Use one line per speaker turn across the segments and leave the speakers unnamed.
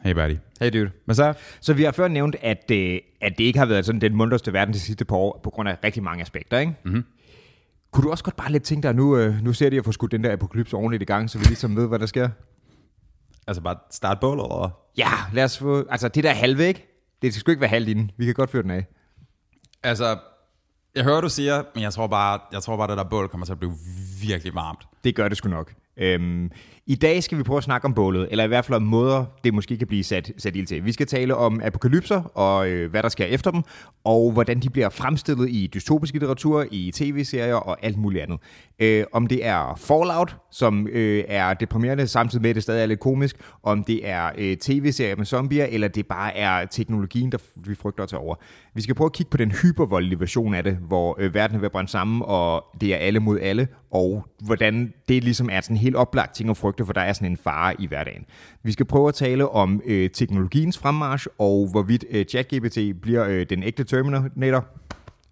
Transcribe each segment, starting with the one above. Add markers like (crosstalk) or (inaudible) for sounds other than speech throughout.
Hey buddy.
Hey dude.
Hvad så?
Så vi har før nævnt, at, øh, at det ikke har været sådan den munterste verden de sidste par år, på grund af rigtig mange aspekter, ikke? Mm-hmm. Kunne du også godt bare lidt tænke dig, at nu, øh, nu ser de at få skudt den der apokalypse ordentligt i gang, så vi ligesom ved, hvad der sker?
Altså bare start bål over.
Ja, lad os få... Altså, det der halve, ikke? Det skal sgu ikke være halvt inden. Vi kan godt fyre den af.
Altså, jeg hører, du siger, men jeg tror bare, jeg tror bare det der bål kommer til at blive virkelig varmt.
Det gør det sgu nok. Øhm, I dag skal vi prøve at snakke om bålet, eller i hvert fald om måder, det måske kan blive sat, sat ild til. Vi skal tale om apokalypser, og øh, hvad der sker efter dem, og hvordan de bliver fremstillet i dystopisk litteratur, i tv-serier og alt muligt andet. Øh, om det er Fallout, som øh, er deprimerende, samtidig med, at det stadig er lidt komisk, om det er øh, tv-serier med zombier, eller det bare er teknologien, der f- vi frygter at tage over. Vi skal prøve at kigge på den hypervoldelige version af det, hvor øh, verden er ved at brænde sammen, og det er alle mod alle, og hvordan det ligesom er sådan en helt oplagt ting at frygte, for der er sådan en fare i hverdagen. Vi skal prøve at tale om øh, teknologiens fremmarch, og hvorvidt øh, ChatGPT bliver øh, den ægte Terminator.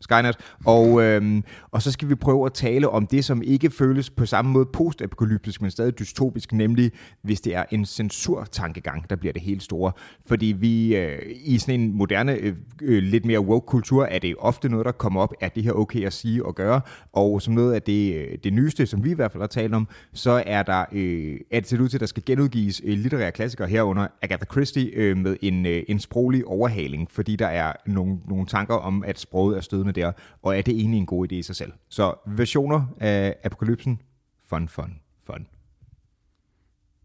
Skynet. Og, øhm, og så skal vi prøve at tale om det, som ikke føles på samme måde postapokalyptisk, men stadig dystopisk, nemlig hvis det er en censurtankegang, der bliver det helt store. Fordi vi øh, i sådan en moderne, øh, øh, lidt mere woke-kultur, er det ofte noget, der kommer op, er det her okay at sige og gøre? Og som noget af det, øh, det nyeste, som vi i hvert fald har talt om, så er der, øh, at det ser ud til, at der skal genudgives øh, litterære klassikere herunder Agatha Christie øh, med en, øh, en sproglig overhaling, fordi der er nogle, nogle tanker om, at sproget er stødende der, og er det egentlig en god idé i sig selv. Så versioner af apokalypsen, fun, fun, fun.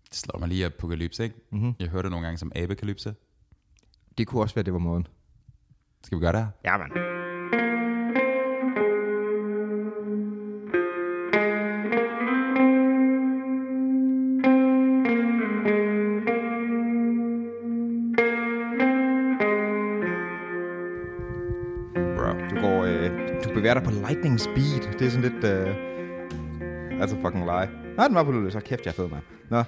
Det slår mig lige apokalypse, ikke? Mm-hmm. Jeg hørte det nogle gange som abekalypse.
Det kunne også være, det var måden.
Skal vi gøre det her?
Ja, man.
Bro.
Du går, øh, du bevæger dig på lightning speed. Det er sådan lidt, øh, altså fucking lie. Nej, den var på lille, så kæft, jeg er fed, mand. Nå,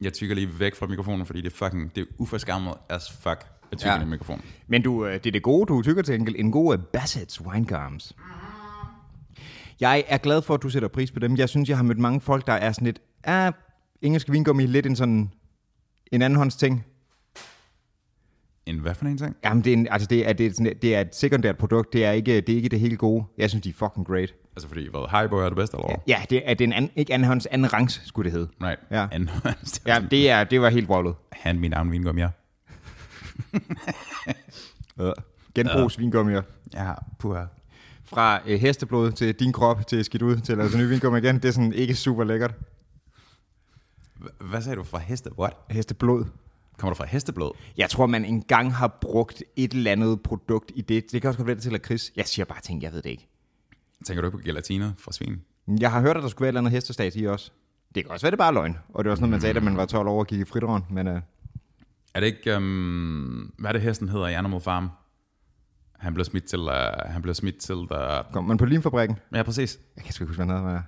Jeg tykker lige væk fra mikrofonen, fordi det er fucking, det er uforskammet as fuck. Jeg tykker
Ja.
ja. i mikrofonen.
Men du, øh, det er det gode, du tykker til enkelt. En god øh, Bassett's Winegums. Jeg er glad for, at du sætter pris på dem. Jeg synes, jeg har mødt mange folk, der er sådan lidt, ah, engelsk vingummi, lidt en sådan, en andenhånds ting.
En hvad for en ting?
Jamen, det er, en, altså det, er, det, er sådan, det er et sekundært produkt. Det er, ikke, det er ikke det helt gode. Jeg synes, de er fucking great.
Altså fordi, hvad, Haribo er det bedste, eller hvad?
Ja, det er, det er en anden, ikke andenhånds, anden rangs, skulle det hedde.
Right. (laughs)
Ja.
And,
Ja, det, er, det var helt vrøvlet.
Hand me down vingummi, ja.
Genbrugsvingummier.
Ja, puha.
Fra øh, hesteblod til din krop, til skidt ud, til altså nye vingummi igen. Det er sådan ikke super lækkert.
H- Hvad sagde du fra heste? What?
Hesteblod.
Kommer du fra hesteblod?
Jeg tror, man engang har brugt et eller andet produkt i det. Det kan også godt være det til lakrids. Jeg siger bare ting, jeg ved det ikke.
Tænker du ikke på gelatine fra svin?
Jeg har hørt, at der skulle være et eller andet hestestat i også. Det kan også være, det er bare løgn. Og det var sådan noget, man sagde, da man var 12 år og gik i fritåren. Men øh,
Er det ikke, um, hvad er det hesten hedder i Animal Farm? Han blev smidt til, uh, han blev smidt til, uh,
kom man på limfabrikken?
ja præcis.
Jeg kan sgu ikke huske, hvad den hedder. øh,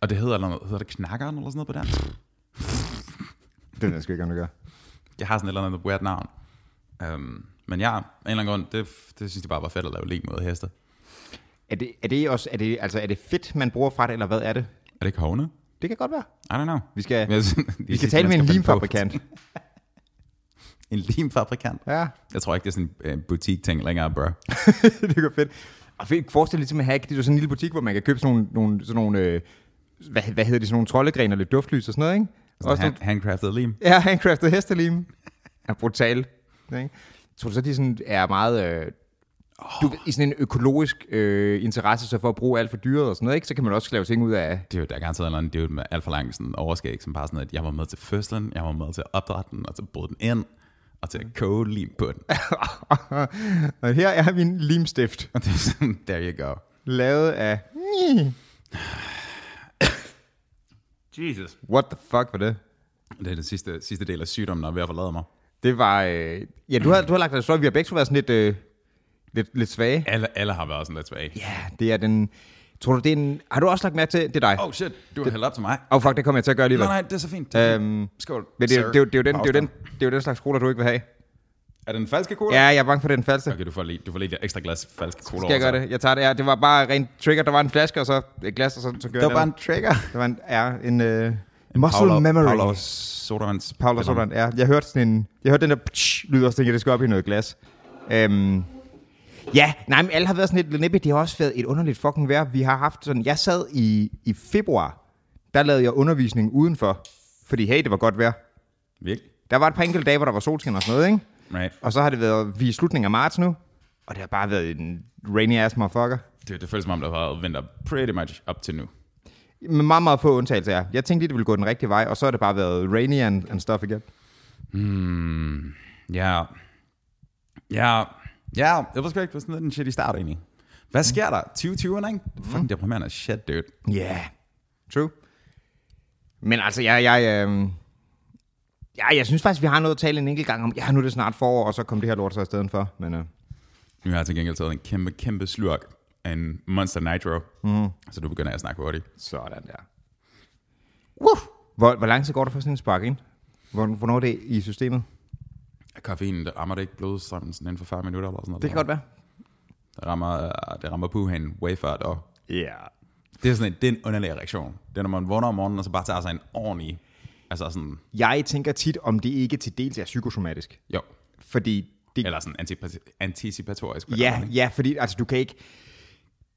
Og det hedder, noget, hedder det knakkeren eller sådan noget på dansk?
Det ved jeg sgu ikke, om det gør.
Det har sådan et eller andet weird navn. Um, men ja, af en eller anden grund, det, det synes jeg bare var fedt at lave lig mod heste.
Er det, er det, også, er det, altså, er det fedt, man bruger fra det, eller hvad er det?
Er det ikke hovne?
Det kan godt være.
I don't know.
Vi skal,
Men jeg synes-
vi
jeg
skal
synes,
tale
man
med en
finde
limfabrikant.
på- En limfabrikant?
Ja,
Jeg tror ikke, det er sådan en øh, butik-ting længere, bro.
(laughs) det kan fedt. Og fedt, forestil dig ligesom at have, det er jo sådan en lille butik, hvor man kan købe sådan nogle, nogle, sådan nogle øh, hvad, hvad hedder de, sådan nogle troldegrener, lidt duftlys og sådan noget, ikke?
Sådan
Også nogle-
hand, Altså, handcrafted lim.
Ja, (laughs) handcrafted hestelim. Er brutal. Ikke? Tror du så, de sådan er meget... Øh, du, ved, I sådan en økologisk øh, interesse så for at bruge alt for dyret og sådan noget, ikke? så kan man også lave ting ud af... (laughs)
Det er jo, der er garanteret en eller anden dude med alt for lang sådan, overskæg, som bare sådan, at jeg var med til fødslen, jeg var med til at opdrætte den, og til at bryde den ind, og til at koge lim på den.
og her er min limstift,
Og det er sådan, there you go.
lavet af...
Jesus.
What the fuck var det?
Det er den sidste, sidste del af sygdommen, der er ved at forlade mig.
Det var... Øh, ja, du har, du har lagt dig så vi har begge to været sådan lidt, øh, lidt, lidt svage.
Alle, alle har været sådan lidt svage.
Ja, det er den... Tror du, det er en... Har du også lagt mærke til... Det er dig. Åh,
Oh shit, du har hældt op til mig.
oh. fuck, det kommer jeg til at gøre alligevel.
Nej, nej, det er så fint. Det er fint.
Øhm,
Skål.
men det, er jo-
sir.
det, er jo- det, er jo den,
På
det, er jo den,
afstand.
det er jo den slags cola, du ikke vil have.
Er det en falske cola?
Ja, jeg er bange for, at det er den falske.
Okay, du får lige, du får lige et ekstra glas falske cola.
Skal jeg
over
gøre
til
det? Jeg tager det. Ja, det var bare rent trigger. Der var en flaske, og så et glas, og så, så gør
dig. Det
jeg
var bare en trigger.
Det var en, ja, en, øh, Muscle memory.
Paolo Sodans.
Paolo Sodan, ja. Jeg hørte sådan en, jeg hørte den der ptsch, lyd, og så tænkte jeg, det skal op i noget glas. Øhm, ja, nej, men alle har været sådan lidt lidt nippet. Det har også været et underligt fucking vejr. Vi har haft sådan, jeg sad i, i februar, der lavede jeg undervisning udenfor, fordi hey, det var godt vejr.
Virkelig.
Der var et par enkelte dage, hvor der var solskin og sådan noget, ikke?
Right.
Og så har det været, vi er i slutningen af marts nu, og det har bare været en rainy ass motherfucker.
Det, det føles som om, der har været vinter pretty much op til nu.
Med meget, meget få undtagelser. ja. Jeg tænkte lige, det ville gå den rigtige vej, og så har det bare været rainy and, and stuff igen.
Ja. Ja. Ja, jeg var sgu ikke på sådan lidt en shitty start egentlig.
Mm.
Hvad sker der? 2020'erne, ikke? Det er fucking deprimerende shit, dude.
Ja, yeah. true. Men altså, jeg, jeg, øh, ja, jeg synes faktisk, vi har noget at tale en enkelt gang om. Ja, nu er det snart forår, og så kom det her lort så i stedet for. Men øh,
Nu har jeg til gengæld taget en kæmpe, kæmpe slurk af en Monster Nitro. Mm. Så du begynder jeg at snakke hurtigt.
sådan der. Woo! Hvor, hvor lang tid går der for sådan en spark ind? Hvor, hvornår er det i systemet?
Er Koffeinen, der rammer det ikke blodstrømmen sådan inden for 40 minutter eller sådan noget.
godt være.
Det rammer, øh, det rammer puhanen way før et år.
Ja. Yeah.
Det er sådan en, det er en underlig reaktion. Det er, når man vågner om morgenen, og så bare tager sig en ordentlig... Altså sådan...
Jeg tænker tit, om det ikke til dels er psykosomatisk.
Jo.
Fordi det,
Eller sådan antipati- anticipatorisk. på en eller
Ja,
anden,
ja, fordi altså, du kan ikke...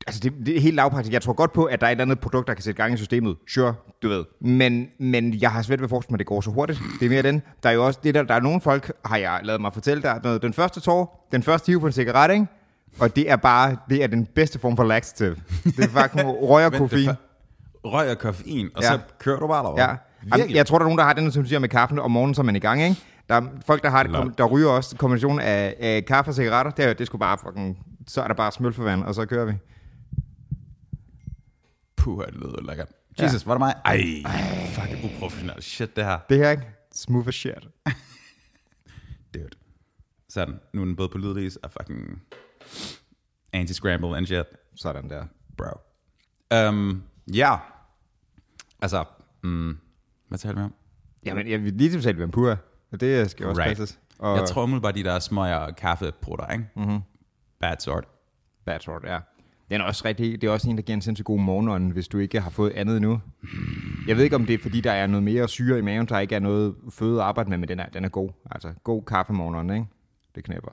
Altså, det, det er helt lavpraktisk. Jeg tror godt på, at der er et eller andet produkt, der kan sætte gang i systemet. Sure, du ved. Men, men jeg har svært ved at forestille mig, at det går så hurtigt. Det er mere den. Der er jo også det der, der er nogle folk, har jeg lavet mig fortælle, der er noget, den første tår, den første hive på en cigaret, ikke? Og det er bare, det er den bedste form for laxative. Det er
(laughs)
fucking røg og
ikke? Men det
koffein.
er fa- Røg og koffein, og
Ja.
ja. så kører du bare derovre.
Ja. Jamen,
Virkelig.
jeg tror, der er nogen, der har den, som du siger med kaffen om morgenen, så er man i gang, ikke? Der er folk, der, har det, der ryger også kombinationen af, af kaffe og cigaretter. Det, er, jo- det skulle bare fucking... Så er der bare smøl for vand, og så kører vi.
Puh, det lyder lækkert. Jesus, var det mig? Ej, Ej. fuck, det er uprofessionelt shit, det her.
Det her, ikke? Smooth as shit.
Dude. Sådan, nu er den både på lydvis og fucking anti-scramble and shit.
Sådan der.
Bro. Um, ja. Altså, mm, hvad taler vi om?
Jamen, jeg vil lige til at tale vampyrer. Og det skal jo også right. passes. Og Mhm.
Og... Jeg tror umiddelbart, de der smøger kaffeprutter, ikke? Mm-hmm. Bad sort.
Bad sort, ja. Den er også rigtig, det er også en, der giver en sindssygt god morgenånd, hvis du ikke har fået andet nu. Jeg ved ikke, om det er, fordi der er noget mere syre i maven, der ikke er noget føde at arbejde med, men den er, den er god. Altså, god kaffe morgenånd, ikke? Det knæpper.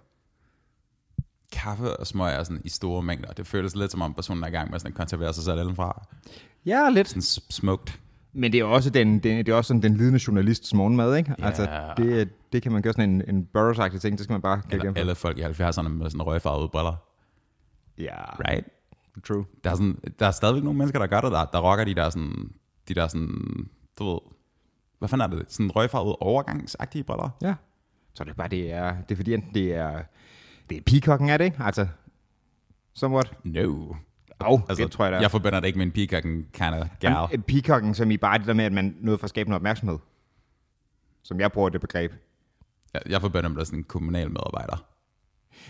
Kaffe og smøger sådan i store mængder. Det føles lidt som om personen er i gang med sådan at konservere sig selv indenfra.
Ja, lidt.
Den s- smoked.
Men det er også, den, den, det er også sådan den lidende journalists morgenmad, ikke?
Ja.
Altså, det, det kan man gøre sådan en, en burroughs ting, det skal man bare gå
Eller,
igennem.
eller folk i 70'erne med sådan røgfarvede briller.
Ja,
Right?
true.
Der er, sådan, der er stadigvæk nogle mennesker, der gør det, der, der rocker de der sådan, de der sådan, du ved, hvad fanden er det, sådan røgfarvede overgangsagtige briller.
Ja. Så er det er bare, det er, det er fordi, enten det er, det er peacocken, er det ikke? Altså, somewhat.
No.
Oh, altså, det tror jeg, der
Jeg forbinder det ikke med en peacocken kind of gal.
Jamen, øh, Peacocken, som i bare det der med, at man nåede for at skabe noget opmærksomhed. Som jeg bruger det begreb.
Jeg, jeg forbinder dem med sådan en kommunal medarbejder.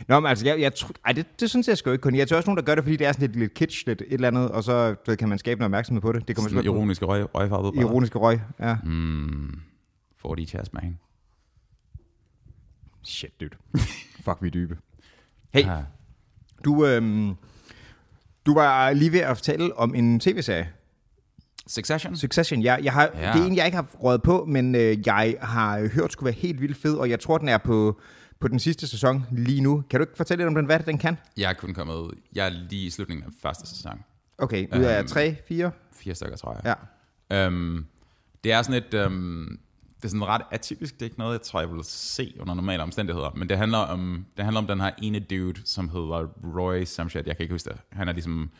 Nå, men altså, jeg, jeg tror, ej, det, det synes jeg sgu ikke kun. Jeg tror også nogen, der gør det, fordi det er sådan lidt, lidt kitsch, lidt et eller andet, og så du ved, kan man skabe noget opmærksomhed på det. Det kommer
Sådan
selvfølgelig
ironiske røg, røgfarvede
på.
briller.
Ironiske røg, ja. Mm.
40 chas, man.
Shit, dude. (laughs) Fuck, vi er dybe. Hey,
Ja.
du, øhm, du var lige ved at fortælle om en tv-serie.
Succession?
Succession, jeg, jeg har, ja. det er en, jeg ikke har røget på, men øh, jeg har hørt skulle være helt vildt fed, og jeg tror, den er på, på den sidste sæson lige nu. Kan du ikke fortælle lidt om den, hvad den kan?
Jeg er kun kommet, jeg er lige i slutningen af første sæson.
Okay, ud af
Øhm,
tre, fire?
Fire stykker, tror jeg.
Ja.
Øhm, det er sådan et... Øhm, det er sådan ret atypisk. Det er ikke noget, jeg tror, jeg vil se under normale omstændigheder. Men det handler om, det handler om den her ene dude, som hedder Roy Samshed. Jeg kan ikke huske det. Han er ligesom...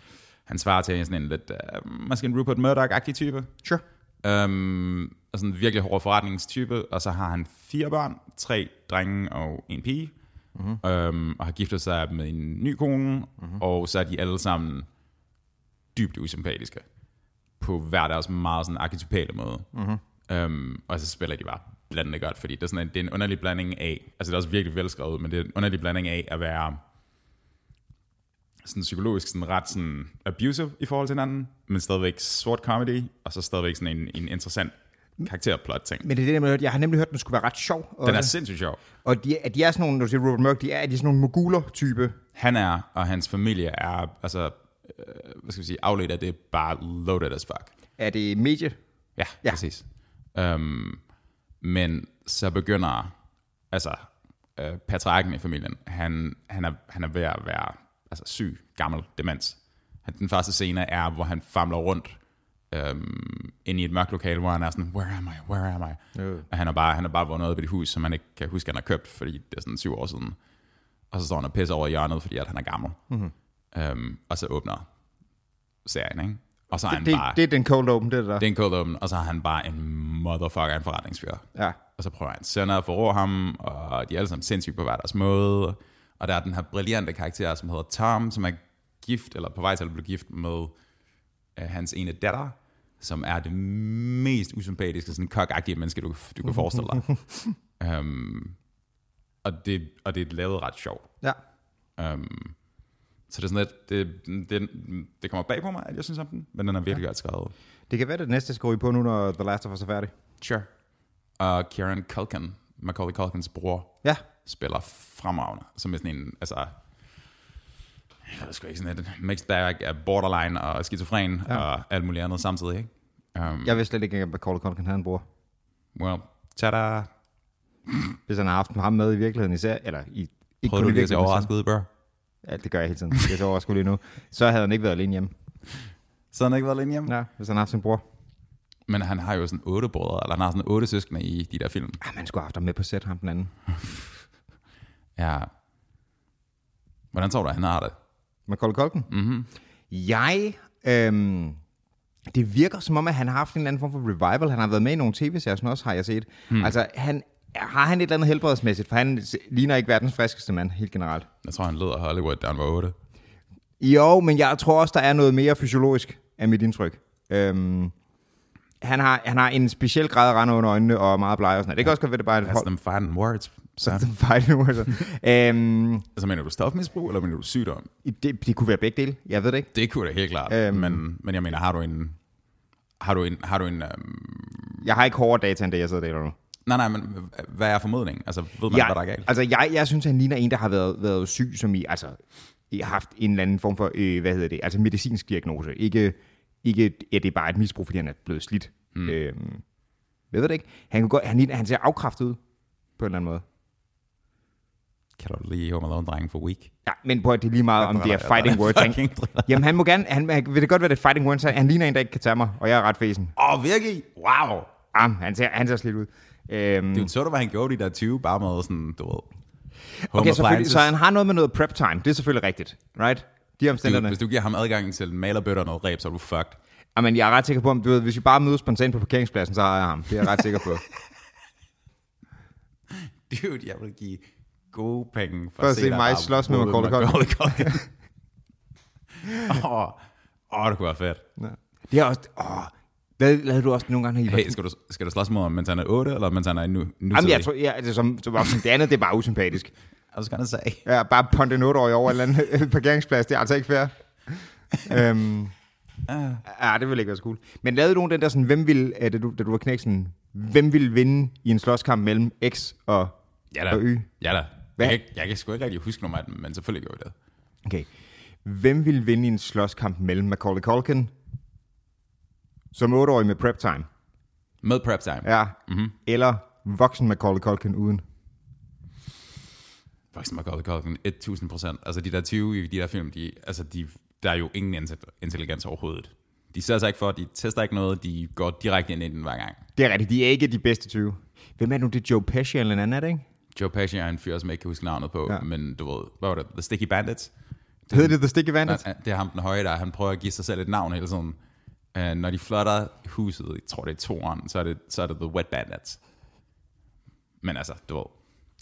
Han svarer til sådan en lidt... Øh, måske en Rupert Murdoch-agtig type.
Sure.
Øhm, og sådan en virkelig hård forretningstype. Og så har han fire børn. Tre drenge og en pige. Mm-hmm. Øhm, og har giftet sig med en ny kone. Mm-hmm. Og så er de alle sammen dybt usympatiske på hver deres meget sådan arketypale måde. Mm-hmm. Øhm, og så spiller de bare blandende godt, fordi det er, sådan en, det er en underlig blanding af, altså det er også virkelig velskrevet, men det er en underlig blanding af at være sådan psykologisk sådan ret sådan abusive i forhold til hinanden, men stadigvæk sort comedy, og så stadigvæk sådan en, en interessant karakterplot ting.
Men det er det, jeg har hørt. Jeg har nemlig hørt, at den skulle være ret sjov. Og,
Den er sindssygt sjov.
og de, er- at de er sådan nogle, når du siger Robert Murdoch, de er, er de sådan nogle moguler-type.
Han er, og hans familie er, altså, øh, hvad skal vi sige, afledt af det, bare loaded as fuck.
Er det medie?
Ja,
Ja.
ja. præcis. Øhm, men så begynder, altså, øh, patriarken i familien, han, han, er, han er ved at være altså, syg, gammel, demens. Han, den første scene er, hvor han famler rundt øhm, ind i et mørkt lokale, hvor han er sådan, where am I, where am I? Øh. Og han er bare, han er bare vundet op i det hus, som han ikke kan huske, han har købt, fordi det er sådan syv år siden. Og så står han og pisser over i hjørnet, fordi at han er gammel.
Mhm.
Mm-hmm. Øhm, og så åbner serien, ikke? Og så er han
Det,
bare...
det er den cold open, det der.
Det er en cold open, og så har han bare en motherfucker af en forretningsfyr.
Ja.
Og så prøver han sønner at forrå ham, og de er alle sammen sindssygt på hver deres måde. Og der er den her brillante karakter, som hedder Tom, som er gift, eller på vej til at blive gift med øh, hans ene datter, som er det mest usympatiske, sådan kokagtige menneske, du, du kan forestille dig. um, og, det, og det er lavet ret sjovt.
Ja.
Um, så det er sådan lidt, det, det, det kommer bag på mig, at jeg synes om den, men den er virkelig godt skrevet.
Det kan være det næste, jeg skal ryge på nu, når The Last of Us er færdig.
Sure. Og Kieran Culkin, Macaulay Culkins bror,
Ja.
spiller fremragende, som er sådan en, altså, jeg ved sgu ikke, sådan et mixed bag af borderline og skizofren ja. og alt muligt andet samtidig, ikke? Um,
Jeg ved slet ikke, hvad Call of Duty kan have en bror.
well, tada.
Hvis han har haft ham med i virkeligheden især, eller i, ikke
Prøvede
kun
du
i
lige at se
virkeligheden. men sådan-
overrasket ud, bro?
Ja, det gør jeg hele tiden. Jeg er så overrasket lige nu. Så havde han ikke været alene hjemme.
Så har han ikke været alene hjemme.
Ja, hvis han har haft sin bror.
Men han har jo sådan otte brødre, eller han har sådan otte søskende i de der film.
Ah, man skulle have haft ham med på sæt, ham den anden.
Ja. Hvordan tror du, han har det?
Macaulay Culkin? Mm-hmm. Jeg... Øhm, det virker som om, at han har haft en eller anden form for revival. Han har været med i nogle tv-serier, sådan også har jeg set. Mm. Altså, han, har han et eller andet helbredsmæssigt, for han s- ligner ikke verdens friskeste mand, helt generelt.
Jeg tror, han led af Hollywood, da han var otte.
Jo, men jeg tror også, der er noget mere fysiologisk af mit indtryk. Øhm, han, har, han har en speciel grad af rande under øjnene og er meget bleg og sådan noget. Det kan også godt være, det bare er et
That's
hold.
them Altså, fighting words. Så,
(laughs) øhm,
altså, mener du stofmisbrug, eller mener du sygdom?
det, det kunne være begge dele. Jeg ved det ikke.
Det kunne det helt klart.
Øhm.
Øhm. Men, men jeg mener, har du en... Har du en... Har du en øhm,
Jeg har ikke hårdere data, end det, jeg sidder og deler nu.
nej, nej, men hvad er formodningen? Altså, ved man, ja.
jeg,
hvad der er galt?
Altså, jeg, jeg synes, han ligner en, der har været, været syg, som i, altså, i har haft en eller anden form for, øh, hvad hedder det, altså medicinsk diagnose. Ikke, ikke ja, det er bare et misbrug, fordi han er blevet slidt. Mm. Øhm, jeg ved det ikke. Han, kunne godt, han, ligner, han ser afkræftet ud, på en eller anden måde.
Kan du lige høre mig drengen for week?
Ja, men prøv at det er lige meget, om det er fighting words. Han,
Åh,
jamen, han må gerne, han, han- vil det godt være, det er fighting words, han, han ligner en, der ikke kan tage mig, og jeg er ret fesen.
oh, virkelig? Wow!
Ah, han ser, han ser slidt ud. Øhm,
Du så du, hvad han gjorde de der 20, bare med sådan, du ved... home
okay, selvfølgelig,
appliances.
så han har noget med noget prep time, det er selvfølgelig rigtigt, right? De
du,
omstændighederne.
hvis du giver ham adgang til en malerbøtter og noget ræb, så er du fucked.
Jamen, jeg er ret sikker på, om du ved, hvis vi bare mødes spontant på parkeringspladsen, så har jeg ham. Det er jeg ret sikker (laughs) på.
Dude, jeg vil give gode penge for,
at se mig slås med Macaulay Culkin.
Culkin. (laughs) Åh, åh, det kunne være fedt.
Det er også... Åh, lavede, lavede du også nogle gange, når I var...
Hey, skal du, skal du slås mod ham, mens han er 8, eller mens han er nu? nu
Jamen, jeg tror, ja, det, er som, som, som, det andet, det er bare usympatisk.
I was gonna say.
Ja, bare ponte en 8 år over en eller anden øh, parkeringsplads, det er altså ikke fair. øhm, ja, det ville ikke være så cool. Men lavede du nogen den der sådan, hvem ville, øh, da du, da du var knæk, sådan, hvem ville vinde i en slåskamp mellem X og...
Ja da.
Og Y.
Ja da. Jeg
Hvad?
kan, ikke- jeg kan sgu ikke rigtig huske nummeret, men selvfølgelig gjorde jeg det.
Okay. Hvem ville vinde i en slåskamp mellem Macaulay Culkin, som 8-årig med prep time,
Med prep time. Ja.
Ja. Mm-hmm. Eller voksen Macaulay Culkin uden.
Voksen Macaulay Culkin, 1000 procent. Altså de der 20 i de der film, de, altså de, der er jo ingen inte- intelligens overhovedet. De ser sig ikke for, de tester ikke noget, de går direkte ind i den hver gang.
Det er rigtigt, de er ikke de bedste 20. Hvem er nu det? Joe Pesci eller en anden, er det ikke?
Joe Pesci er en fyr, som jeg ikke kan huske navnet på,
Ja.
ja. men du ved, hvad var det? The Sticky Bandits?
Hedder det The Sticky
Nej,
Bandits?
nej, Det er ham den høje der, han prøver at give sig selv et navn hele tiden. Uh, når de flotter huset, jeg tror det er toeren, så er det, så er det The Wet Bandits. Men altså, du ved,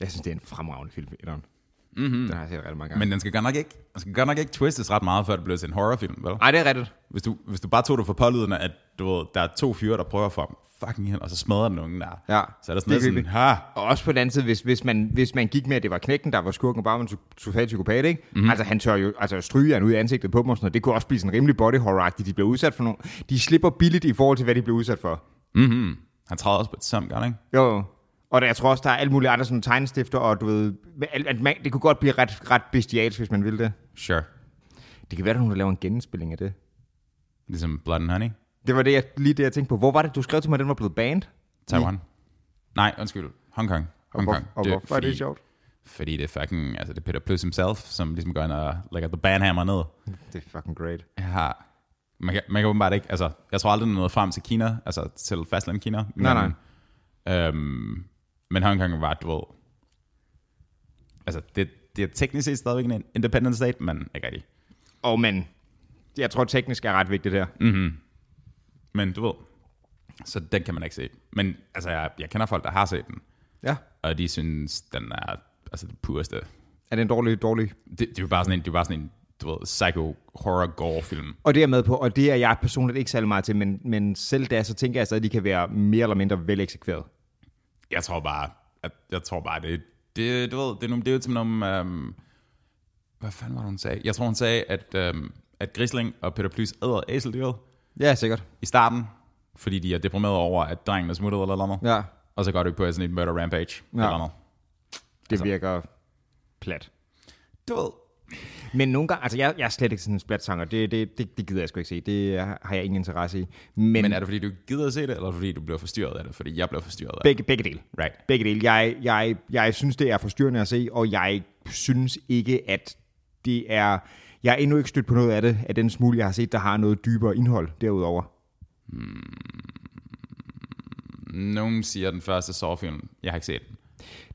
Jeg synes, det er en fremragende film, etteren. Mm-hmm. Den har jeg set rigtig mange gange.
Men den skal godt nok ikke, den skal godt nok ikke twistes ret meget, før det bliver til en horrorfilm, vel?
Nej, det er rigtigt.
Hvis du, hvis du bare tog det for pålydende, at du ved, der er to fyre, der prøver at få ham fucking hen, og så smadrer den nogen der.
Ja,
så er der sådan
det er
noget sådan,
creepy.
ha,
Og også på den anden side, hvis, hvis, man, hvis man gik med, at det var knækken, der var skurken, og bare var en so- social psykopat, ikke? Mm-hmm. Altså, han tør jo altså, stryge han ud i ansigtet på dem og sådan noget. Det kunne også blive sådan rimelig body horror De bliver udsat for nogle... De slipper billigt i forhold til, hvad de bliver udsat for.
han træder også på et samt gang, ikke?
Jo, jo. Og der, jeg tror også, der er alle mulige andre sådan tegnestifter, og du ved, al- at man, det kunne godt blive ret, ret bestialsk, hvis man ville det.
Sure.
Det kan være, at hun laver en genindspilling af det.
Ligesom Blood and Honey.
Det var det, jeg, lige det, jeg tænkte på. Hvor var det, du skrev til mig, at den var blevet banned?
Taiwan. Nej, undskyld. Hongkong.
Og, hvor,
Hongkong.
og hvorfor er det sjovt?
Fordi det er fucking, altså det er Peter Plus himself, som ligesom går ind og lægger the banhammer ned.
Det er fucking great.
Jeg har, man kan, man kan åbenbart ikke, altså jeg tror aldrig, den nåede frem til Kina, altså til fastland Kina. Men,
Nej,
Øhm, men Hongkong var, du ved, altså det, det er teknisk set stadigvæk en independent state, men ikke rigtig.
Og men, jeg tror teknisk er ret vigtigt her.
Men du ved, så den kan man ikke se. Men altså, jeg, jeg kender folk, der har set den,
Ja.
og de synes, den er altså det pureste.
Er det en dårlig, dårlig?
Det, det er jo bare sådan en, det er jo bare sådan en du ved, psycho horror gore film.
Og det er jeg med på, og det er jeg personligt ikke særlig meget til, men, men selv da, så tænker jeg stadig, at de kan være mere eller mindre vel eksekveret.
Jeg tror bare, at, jeg tror bare, det, det, du ved, det er, nogle, det er jo som nogle, øhm, hvad fanden var det, hun sagde? Jeg tror, hun sagde, at, øhm, at Grisling og Peter Plys æder æseldyret
Ja, sikkert.
i starten, fordi de er deprimerede over, at drengen er smuttet eller noget.
Ja,
Og så går det på sådan et murder rampage. Ja. Eller noget.
det altså. virker plat.
Du ved,
Men nogle gange, altså jeg, jeg er slet ikke sådan en splatsanger, det, det, det, det gider jeg sgu ikke se, det er- har jeg ingen interesse i. Men,
Men
men
er det, fordi du ikke gider at se det, eller fordi du bliver forstyrret af det? Fordi jeg bliver forstyrret af det.
begge, begge dele.
Right.
Begge dele. Jeg, jeg, jeg synes, det er forstyrrende at se, og jeg synes ikke, at det er... Jeg er endnu ikke stødt på noget af det, af den smule, jeg har set, der har noget dybere indhold derudover.
Nogen siger den første Saw-film. Jeg har ikke set den.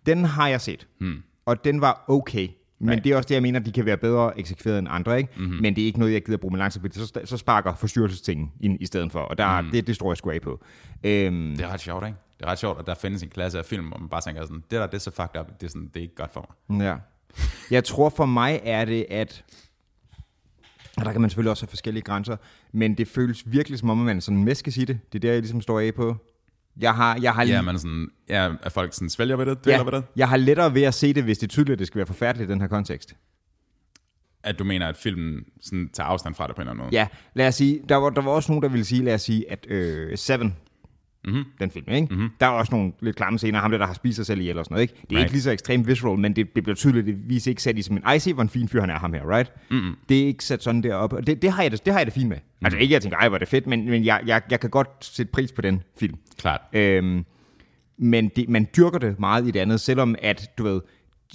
Den har jeg set, hmm. og den var okay. Men
Nej.
det er også det, jeg mener, de kan være bedre eksekveret end andre, ikke?
Mhm.
Mm-hmm. Men det er ikke noget, jeg gider bruge min lang tid på. Så, så sparker forstyrrelsestingen ind i stedet for, og
Mhm.
der, mm. det, det står jeg sgu af på. Øhm,
Det er ret sjovt, ikke? Det er ret sjovt, at der findes en klasse af film, hvor man bare tænker sådan, det der, det er så fucked up, det er, sådan, det er ikke godt for mig.
Ja. Jeg tror for mig er det, at... Og der kan man selvfølgelig også have forskellige grænser, men det føles virkelig som om, at man sådan mest skal sige det. Det er der, jeg ligesom står af på. Jeg har, jeg har,
Ja, men sådan, ja, er folk sådan svælger ved det, dvæler ja. ved
ja,
det?
jeg har lettere ved at se det, hvis det er tydeligt, at det skal være forfærdeligt i den her kontekst.
At du mener, at filmen sådan tager afstand fra det på en eller anden måde?
Ja, lad os sige, der var, der var også nogen, der ville sige, lad os sige, at øh, Seven, mm-hmm. den film, ikke? Mm-hmm. der er også nogle lidt klamme scener, ham der, der har spist sig selv ihjel og sådan noget, ikke? Det er
Right.
right. ikke lige så ekstremt visual, men det, det bliver tydeligt, det viser ikke sat i som en, ej, se, hvor en fin fyr han er, ham her, right? Mm-hmm. Det er ikke sat sådan deroppe, og det, det, har jeg det, det har jeg det fint med. Mm-hmm. Altså ikke, jeg tænker, ej, hvor er det fedt, men, men jeg, jeg, jeg kan godt sætte pris på den film.
Klart.
Øhm, men det, man dyrker det meget i det andet, selvom at, du ved,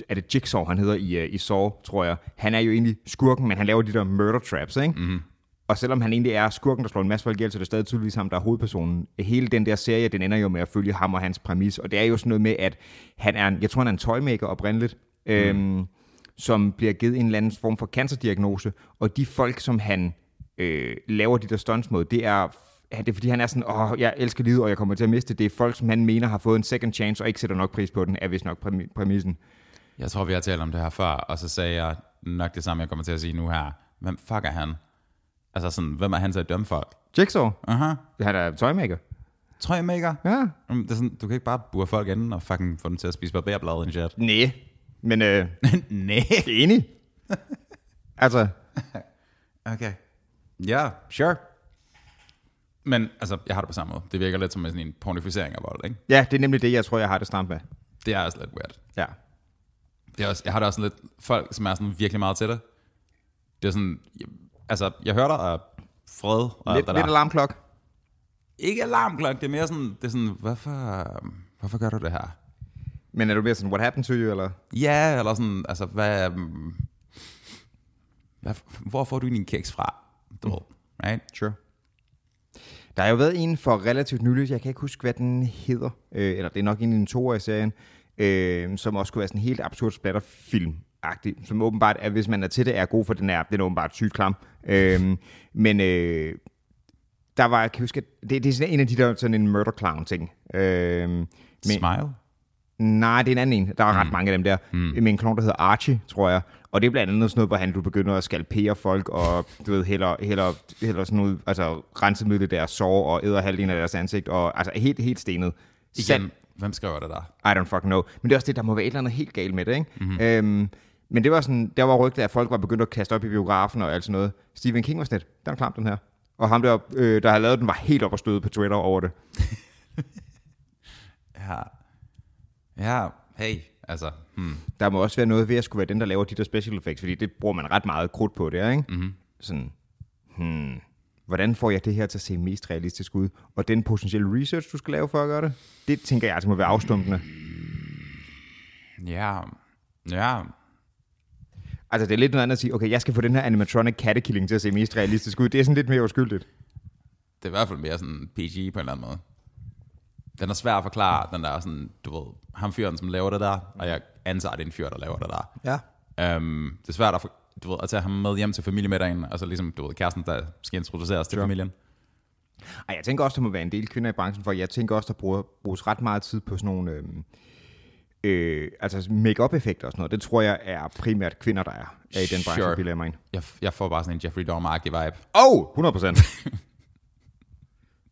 er det Jigsaw, han hedder i, øh, i Saw, tror jeg. Han er jo egentlig skurken, men han laver de der murder traps, ikke? Mm-hmm. Og selvom han egentlig er skurken, der slår en masse folk ihjel, så er det stadig tydeligvis ham, der er hovedpersonen. Hele den der serie, den ender jo med at følge ham og hans præmis, og det er jo sådan noget med, at han er en, jeg tror, han er en tøjmaker oprindeligt, mm. øhm, som bliver givet en eller anden form for cancerdiagnose, og de folk, som han øh, laver de der stunts mod, det er Ja, det er fordi, han er sådan, åh, jeg elsker livet, og jeg kommer til at miste det. Det er folk, som han mener har fået en second chance, og ikke sætter nok pris på den, er vist nok præmi- præmissen.
Jeg tror, vi har talt om det her før, og så sagde jeg nok det samme, jeg kommer til at sige nu her. Hvem fuck er han? Altså sådan, hvem er han til at dømme folk?
Jigsaw,
Aha.
han er tøjmaker.
Tøjmaker?
Ja.
Jamen, Det er sådan, du kan ikke bare bure folk inden og fucking få dem til at spise barberblad og en (laughs) shit.
Næ. Men øh,
Nej.
enig. altså,
Okay. Ja, yeah, sure. Men altså, jeg har det på samme måde. Det virker lidt som sådan en pornificering af vold, ikke?
ja, det er nemlig det, jeg tror, jeg har det stramt med.
Det er også lidt weird.
Ja.
Det er også, jeg har da også lidt folk, som er sådan virkelig meget til det. Det er sådan, jeg, altså, jeg hører dig og fred og alt
Lidt,
det
lidt
der.
alarmklok.
Ikke alarmklok, det er mere sådan, det er sådan, hvorfor, hvorfor gør du det her?
Men er du mere sådan, what happened to you, eller?
Ja, eller sådan, altså, hvad, mm, hvad hvor får du din kiks fra? Du ved, right?
Sure. Der har jo været en for relativt nylig, jeg kan ikke huske, hvad den hedder, øh, eller det er nok en i den toer i serien, øh, som også skulle være sådan en helt absurd splatterfilm -agtig, som åbenbart er, hvis man er til det, er god, for den er, den er åbenbart sygt klam. Øh, (laughs) men øh, der var, kan jeg huske, at det, det er sådan en af de der sådan en murder clown ting. Øh, men,
Smile?
Nej, det er en anden en. Der er ret mange af dem der. Mm. Med en klon, der hedder Archie, tror jeg. Og det er blandt andet sådan noget, hvor han du begynder at skalpere folk, og du ved, hælder, hælder, hælder sådan noget, altså rensemiddel i deres sår, og æder halvdelen af deres ansigt, og altså helt, helt stenet. Sand-
Igen, hvem skriver det der?
I don't fucking know. Men det er også det, der må være et eller andet helt galt med det, ikke? Mm-hmm. Øhm, men det var sådan, der var rygtet, at folk var begyndt at kaste op i biografen og alt sådan noget. Stephen King var sådan lidt, den klam den her. Og ham der, øh, der havde lavet den, var helt op og støde på Twitter over det.
Ja. Ja, hey, altså. Hmm.
Der må også være noget ved at skulle være den, der laver de der special effects, fordi det bruger man ret meget krudt på der, ikke? Mm-hmm. Sådan, hmm, hvordan får jeg det her til at se mest realistisk ud? Og den potentielle research, du skal lave for at gøre det, det tænker jeg altså må være afstumpende.
Ja, ja.
Altså, det er lidt noget andet at sige, okay, jeg skal få den her animatronic kattekilling til at se mest realistisk ud. Det er sådan lidt mere uskyldigt.
Det er i hvert fald mere sådan PG på en eller anden måde. Den er svær at forklare, den der sådan, du ved, ham fyren, som laver det der, og jeg antager, det er en fyr, der laver det der.
Ja.
Um, det er svært at, for, du ved, at tage ham med hjem til familiemiddagen, og så ligesom, du ved, kæresten, der skal introduceres til familien.
Ej, jeg tænker også, der må være en del kvinder i branchen, for jeg tænker også, der bruger, bruges ret meget tid på sådan nogle... Øhm, øh, altså make-up effekter og sådan noget. Det tror jeg er primært kvinder, der er, er i den branche,
Sure.
sure. vil jeg mene.
Jeg, jeg får bare sådan en Jeffrey Dahmer-agtig vibe.
Oh, 100 procent. (laughs)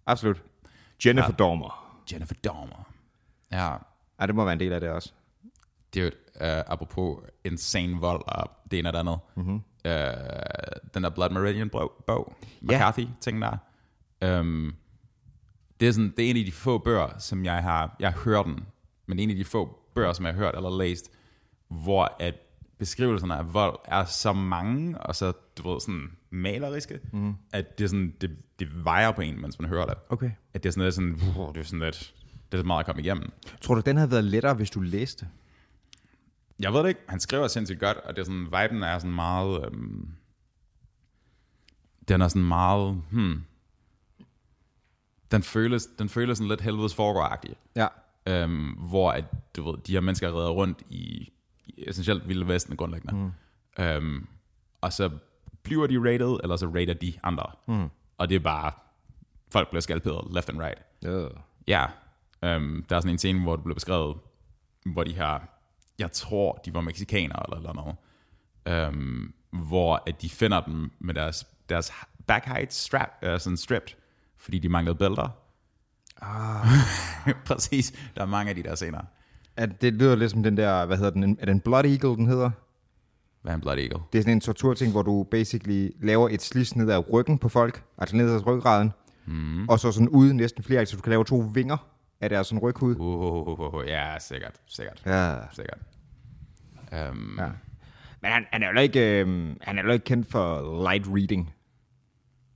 Absolut. Jennifer ja. Dormer.
Jennifer Dahmer. Ja,
Ja, det må være en del af det også.
det er jo et, uh, apropos insane vold og det ene og det andet. Mm-hmm. Uh, den der Blood Meridian bog, bog McCarthy-ting der. Um, det, er sådan, det er en af de få bøger, som jeg har, jeg har hørt den, men en af de få bøger, som jeg har hørt eller læst, hvor at beskrivelserne af vold er så mange, og så, du ved, sådan maleriske, mm. at det, er sådan, det, det vejer på en, mens man hører det.
Okay.
At det er sådan lidt sådan, wow, det er sådan lidt, det er meget at komme igennem.
Tror du, den havde været lettere, hvis du læste?
Jeg ved det ikke. Han skriver sindssygt godt, og det er sådan, viben er sådan meget... Øhm, den er sådan meget... Hmm, den føles, den føles sådan lidt helvedes foregårdagtig.
Ja.
Øhm, hvor at, du ved, de her mennesker redder rundt i, i essentielt Vilde Vesten grundlæggende. Mm. Øhm, og så bliver de rated, eller så rater de andre. Mm. Og det er bare, folk bliver skalperet left and right.
Øh.
Ja, øhm, der er sådan en scene, hvor det blev beskrevet, hvor de her, jeg tror, de var mexikanere eller eller noget, øhm, hvor at de finder dem med deres, deres back height strap, øh, sådan stripped, fordi de manglede bælter. Ah. (laughs) Præcis, der er mange af de der scener.
At det lyder lidt som den der, hvad hedder den, er den Blood Eagle, den hedder?
Hvad er en Blood Eagle?
Det er sådan en torturting, hvor du basically laver et slids ned ad ryggen på folk, altså ned ad ryggraden, mm. og så sådan ude næsten flere, så du kan lave to vinger af deres sådan ryghud.
Uh, uh, uh, uh, uh, ja, sikkert, sikkert,
Ja.
sikkert. Øhm,
ja. Men han, han er jo ikke, øhm, han er jo ikke kendt for light reading.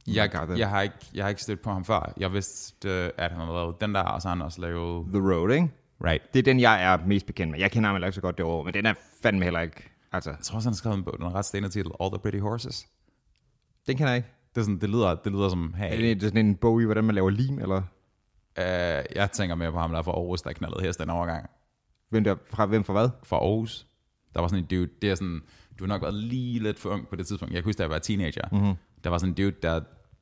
jeg,
God.
jeg, har ikke, jeg har ikke stødt på ham før. Jeg vidste, øh, at han havde lavet den der, og så har han også lavet...
The Road, ikke?
Right.
Det er den, jeg er mest bekendt med. Jeg kender ham heller ikke så godt det år, men den er fandme heller ikke. Altså,
Jeg tror også, han har skrevet en bog, den har ret stenet titel, All the Pretty Horses.
den kender jeg ikke.
Det, er sådan, det, lyder, det lyder som,
Er
hey,
det, er det sådan en bog i, hvordan man laver lim, eller
øh, jeg tænker mere på ham, der er fra Aarhus, der knaldede hest den overgang.
hvem der, fra hvem for hvad?
Fra Aarhus. Der var sådan en dude, det er sådan, du har nok været lige lidt for ung på det tidspunkt. Jeg kan huske, da jeg var teenager. Mm-hmm. Der var sådan en dude, der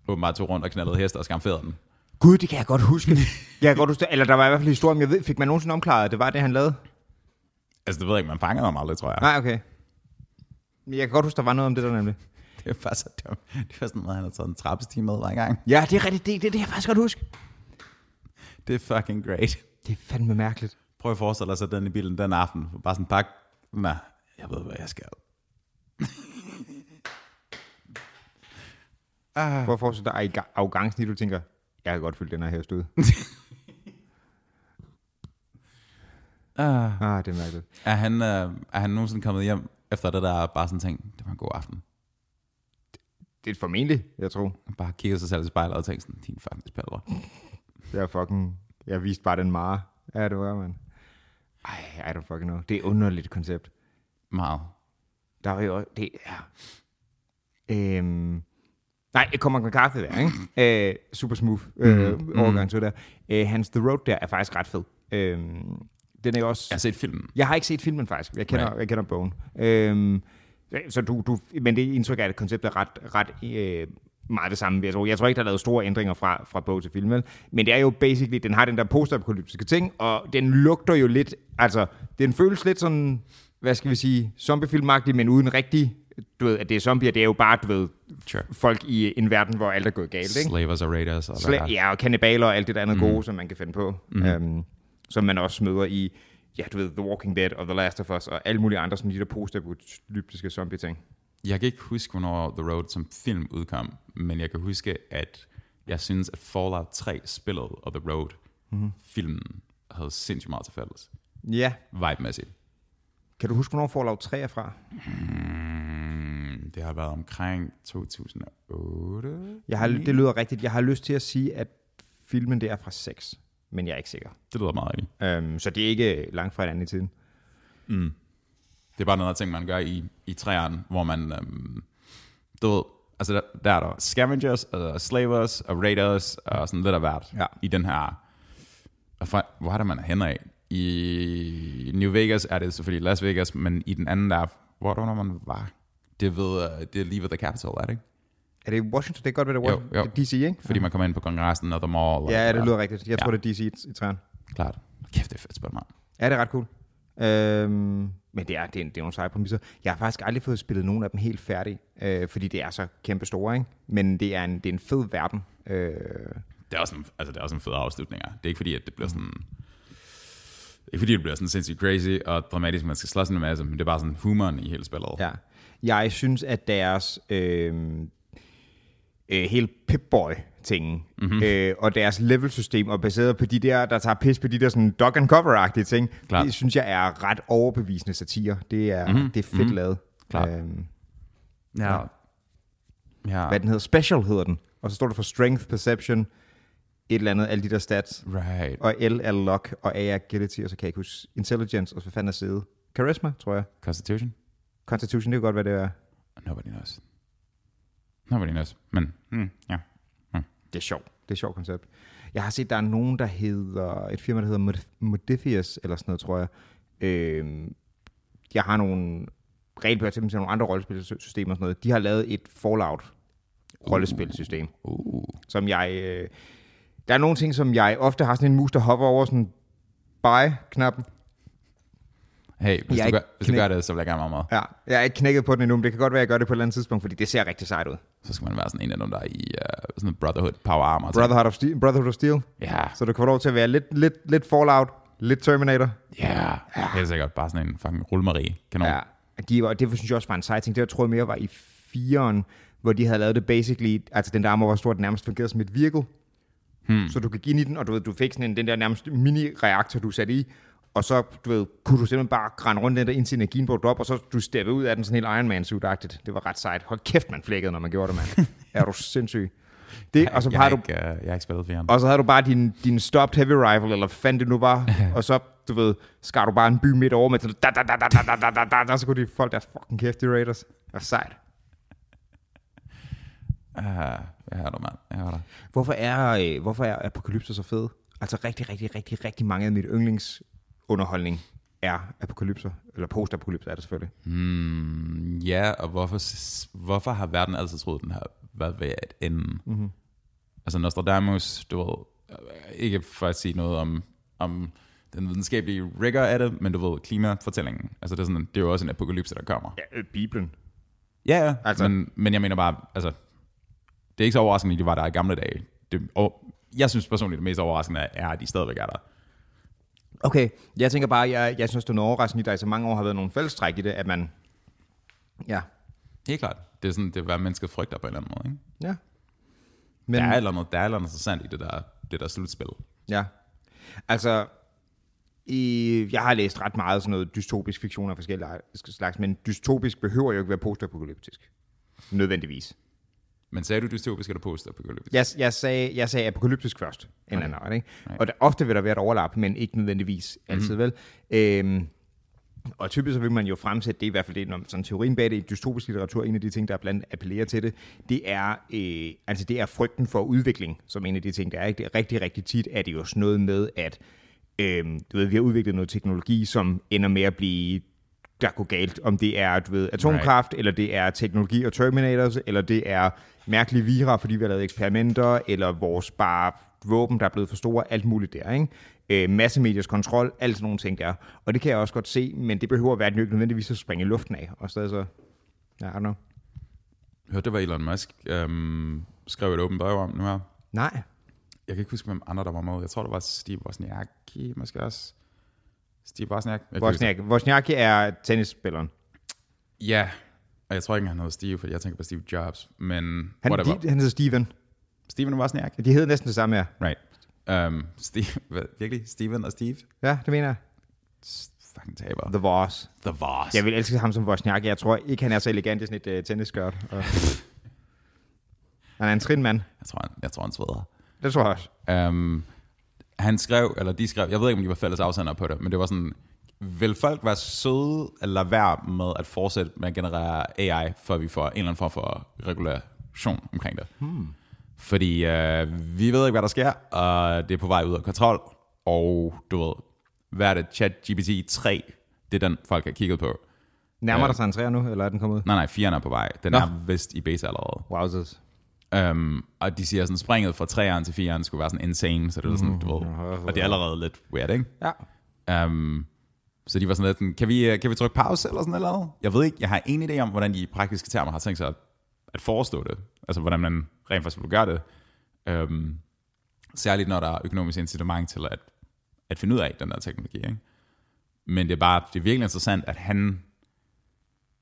åbenbart tog rundt og knaldede heste og skamferede dem.
Gud, det kan jeg godt huske. (laughs) jeg kan godt huske, det. eller der var i hvert fald historien, jeg ved, fik man nogensinde omklaret, at det var det, han lavede?
Altså, det ved jeg ikke, man fanger ham aldrig, tror jeg.
Nej, okay. Men Jeg kan godt huske, der var noget om det der nemlig.
Det er bare så dumt. Det var sådan noget, han havde taget en trappestige med hver gang.
Ja, det er rigtigt. Det, det, det kan jeg faktisk godt huske.
Det er fucking great.
Det er fandme mærkeligt.
Prøv at forestille dig så den i bilen den aften. Bare sådan pak. Nej, jeg ved, hvad jeg skal.
Prøv at forestille dig arroga- arrogancen i, du tænker, jeg kan godt fylde den her hævst (laughs) ud.
Ah.
ah, det er mærkeligt.
Er han, øh, er han nogensinde kommet hjem efter det der, bare sådan tænkt, det var en god aften?
Det er formentlig, jeg tror.
Han bare kigger sig selv i spejlet og tænkt sådan, din fucking spælder.
Jeg er fucking... Jeg viste bare den mare. Ja, det var man. Ej, I don't fucking know. Det er et underligt koncept.
Meget.
Der er jo... Det er... Øhm, nej, Cormac McCarthy der, ikke? Øh, super smooth øh, mm. overgang til det der. Øh, hans The Road der er faktisk ret fed. Øh, den er jo også...
Jeg har set filmen.
Jeg har ikke set filmen faktisk. Jeg kender,
Nej.
jeg kender bogen. Øhm, så du, du, men det indtryk er, at konceptet er ret, ret øh, meget det samme. vil Jeg tror, jeg tror ikke, der er lavet store ændringer fra, fra bog til film. Vel? Men det er jo basically, den har den der postapokalyptiske ting, og den lugter jo lidt, altså den føles lidt sådan, hvad skal vi sige, zombiefilmagtig, men uden rigtig, du ved, at det er zombier, det er jo bare, du ved,
Sure.
folk i en verden, hvor alt er gået galt. Ikke?
Slavers og Raiders og hvad
Sla-
der er.
ja, og kannibaler og alt det der andet mm. gode, som man kan finde på. Mm. Øhm, som man også møder i, ja, du ved, The Walking Dead og The Last of Us og alle mulige andre sådan de der postapokalyptiske zombie-ting.
Jeg kan ikke huske, hvornår The Road som film udkom, men jeg kan huske, at jeg synes, at Fallout 3 spillet og The Road mm-hmm. filmen havde sindssygt meget til fælles.
Ja.
Vibe-mæssigt.
Kan du huske, hvornår Fallout 3 er fra?
Mm, det har været omkring 2008.
Jeg har, det lyder rigtigt. Jeg har lyst til at sige, at filmen det er fra 6, men jeg er ikke sikker.
Det lyder meget rigtigt.
Øhm, så det er ikke langt fra hinanden i tiden.
Det er bare noget af ting, man gør i, i træerne, hvor man, øhm, du ved, altså der, der er der scavengers, og der er slavers, og raiders, og sådan lidt af hvert
Ja.
i den her, og fra, hvor er det, man er henne af? I New Vegas er det selvfølgelig Las Vegas, men i den anden der, hvor er det, når man var? Det er, ved, øh, det er lige ved The Capitol, er det ikke?
Er det Washington? Det er godt, hvad det er
Jo,
Washington.
jo.
Det er DC, ikke?
Fordi man kommer ind på kongressen og The Mall. og
Ja,
alt
det
der.
lyder rigtigt. Jeg
Ja.
tror, det er DC i, i træerne.
Klart. Kæft, det er fedt spil, mand.
Ja, det er ret cool. Øhm, men det er, det, er, det er nogle seje præmisser. Jeg har faktisk aldrig fået spillet nogen af dem helt færdig, øh, fordi det er så kæmpe store, ikke? Men det er en, det er en fed verden. Øh,
det er også en, altså det er også en fed afslutning. ja. Det er ikke fordi, at det bliver sådan... Ikke fordi, det bliver sådan sindssygt crazy og dramatisk, man skal slås med en masse, men det er bare sådan humoren i hele spillet.
ja. Jeg synes, at deres øh, øh, hele Pip-Boy ting,
Mhm.
mm-hmm. øh, og deres level-system, og baseret på de der, der tager pis på de der sådan dog and cover-agtige ting,
Klart. Mhm.
det synes jeg er ret overbevisende satire. Det er, mm-hmm. det er fedt mm-hmm. lavet.
Klart.
Øhm,
Ja. ja.
hvad den hedder, Special hedder den, og så står det for Strength, Perception, et eller andet, alle de der stats,
Right.
og L er Luck, og A er Agility, og så kan jeg ikke huske Intelligence, og så hvad fanden er side? Charisma, tror jeg.
Constitution?
Constitution, det kan godt være, det er.
Nobody knows. Nobody knows. Men,
Mm,
hmm, ja.
Det er sjovt. Det er et sjovt koncept. Jeg har set, der er nogen, der hedder, et firma, der hedder Mod- Modifius, eller sådan noget, tror jeg. Øhm, jeg har nogle regelbøger til dem til nogle andre rollespilsystemer og sådan noget. De har lavet et Fallout rollespilsystem.
Uh.
som jeg... Øh, der er nogle ting, som jeg ofte har sådan en mus, der hopper over sådan buy-knappen.
Hey, hvis,
Jeg er
du gør,
ikke
hvis du
knæ-
gør det, så vil jeg gerne være meget.
Ja, jeg er ikke knækket på den endnu, men det kan godt være, at jeg gør det på et eller andet tidspunkt, fordi det ser rigtig sejt ud.
Så skal man være sådan en af dem, der er i uh, sådan en Brotherhood Power Armor. ting.
Brotherhood of Steel, Brotherhood of Steel.
Ja,
Så du kan få lov til at være lidt, lidt, lidt Fallout, lidt Terminator.
ja. Helt sikkert. Bare sådan en fucking rullemarie. Kanon.
Ja, de, var- det synes jeg også var en sej ting. Det jeg tror jeg mere var i 4'eren, hvor de havde lavet det basically, altså den der armor var stor, den nærmest fungerede som et virkel. Hmm. Så du gik ind i den, og du, ved, du fik sådan en, den der nærmest mini-reaktor, du satte i, og så du ved, kunne du simpelthen bare grænne rundt den der, indtil energien brugte op, og så du steppede ud af den sådan helt Iron man suit -agtigt. Det var ret sejt. Hold kæft, man flækkede, når man gjorde det, (laughs) mand. er du sindssyg? Det, og, så
jeg,
har
har
du,
ikke, uh, jeg har ikke spillet fjern.
og så havde du bare din, din stopped heavy rifle, eller hvad fanden det nu (laughs) var, og så, du ved, skar du bare en by midt over med sådan, da, da, da, da, da, da, da, da, da, så kunne de folk deres fucking kæft, de raiders. Det var sejt.
Uh, jeg har dig, mand. Jeg har dig.
Hvorfor er, øh, hvorfor er Apocalypse så fed? Altså rigtig, rigtig, rigtig, rigtig mange af mit yndlingsunderholdning er apokalypser, eller postapokalypse er det selvfølgelig.
Mm, ja, og hvorfor, hvorfor har verden altid troet, den har været ved at ende? Mm-hmm. Altså Nostradamus, du ved, øh, ikke for at sige noget om, om den videnskabelige rigor af det, men du ved, klimafortællingen. Altså det er, sådan, det er jo også en apokalypse, der kommer.
Ja, øh, Bibelen.
Ja, ja.
Altså-
Altså. Men, men jeg mener bare, altså, det er ikke så overraskende, at de var der i gamle dage. Det, og jeg synes personligt, det mest overraskende er, at de stadigvæk er der.
Okay, jeg tænker bare, jeg, jeg synes, det er noget overraskende, at der i så mange år har været nogle fællestræk i det, at man... Ja.
Helt klart. Det er sådan, det er, hvad mennesket frygter på en eller anden måde. Ikke?
Ja.
Men, der, er et eller andet, der er et eller andet interessant i det der, det der slutspil.
Ja. Altså, i, jeg har læst ret meget sådan noget dystopisk fiktion af forskellige slags, men dystopisk behøver jo ikke være postapokalyptisk. Nødvendigvis.
Men sagde du dystopisk eller postapokalyptisk?
Jeg, jeg, sagde, jeg sagde apokalyptisk først, en eller anden art, ikke? Og der, ofte vil der være et overlap, men ikke nødvendigvis altid, mm. vel? Øhm, og typisk så vil man jo fremsætte det, i hvert fald det, når sådan teorien bag det i dystopisk litteratur, en af de ting, der blandt andet appellerer til det, det er, øh, altså det er frygten for udvikling, som en af de ting, der er. Ikke? Det er rigtig, rigtig tit, er det jo sådan noget med, at øh, du ved, vi har udviklet noget teknologi, som ender med at blive der går galt, om det er du ved, atomkraft, right. eller det er teknologi og Terminators, eller det er mærkelige vira, fordi vi har lavet eksperimenter, eller vores bare våben, der er blevet for store, alt muligt der, ikke? Øh, massemediers kontrol, alt sådan nogle ting der. Og det kan jeg også godt se, men det behøver verden jo ikke nødvendigvis at springe i luften af. Og stadig så, ja, I don't know.
Hørte, det var Elon Musk, øhm, skrev et åbent brev om nu her.
Nej.
Jeg kan ikke huske, hvem andre der var med. Jeg tror, det var Steve Wozniacki, måske også. Steve Wozniacki. Jeg kan ikke
Wozniak. Wozniacki er tennisspilleren.
huske- Ja, og jeg tror ikke, han hed Steve, fordi jeg tænker på Steve Jobs. Men
Han,
whatever.
de, han hedder Steven.
Steven Øhm, Wozniacki.
De hedder næsten det samme, ja.
Right. Um, Steve, hvad, virkelig? Steven og Steve?
Ja, det mener jeg.
fucking taber.
The Voss.
The Voss.
Jeg vil elske ham som Wozniak. Jeg tror ikke, han er så elegant i sådan et øh, tennisskørt. Og... han er en trinmand.
Jeg tror, han, jeg tror, han sveder.
Det tror jeg også.
Um, han skrev, eller de skrev, jeg ved ikke, om de var fælles afsender på det, men det var sådan, vil folk være søde eller være med at fortsætte med at generere AI, før vi får en eller anden form for regulation omkring det? Hmm. Fordi øh, vi ved ikke, hvad der sker, og det er på vej ud af kontrol, og du ved, hvad er det, ChatGPT 3, det er den, folk har kigget på.
Nærmer der sig en træer nu, eller er den kommet ud?
Nej, nej, 4'eren er på vej. Den
Nå.
Nå. er vist i beta allerede.
Wowzers.
Um, og de siger sådan, springet fra 3'eren til 4'eren skulle være sådan insane, så det er sådan, du ved, og det er allerede lidt weird, ikke?
Ja.
Um, så de var sådan lidt, sådan, kan vi, øh, kan vi trykke pause eller sådan noget? Jeg ved ikke, jeg har ingen idé om, hvordan de i praktiske termer har tænkt sig at, at forestå det. Altså, hvordan man rent faktisk vil gøre det. Um, særligt når der er økonomisk incitament til at, at finde ud af den der teknologi. Ikke? Men det er bare, det er virkelig interessant, at han,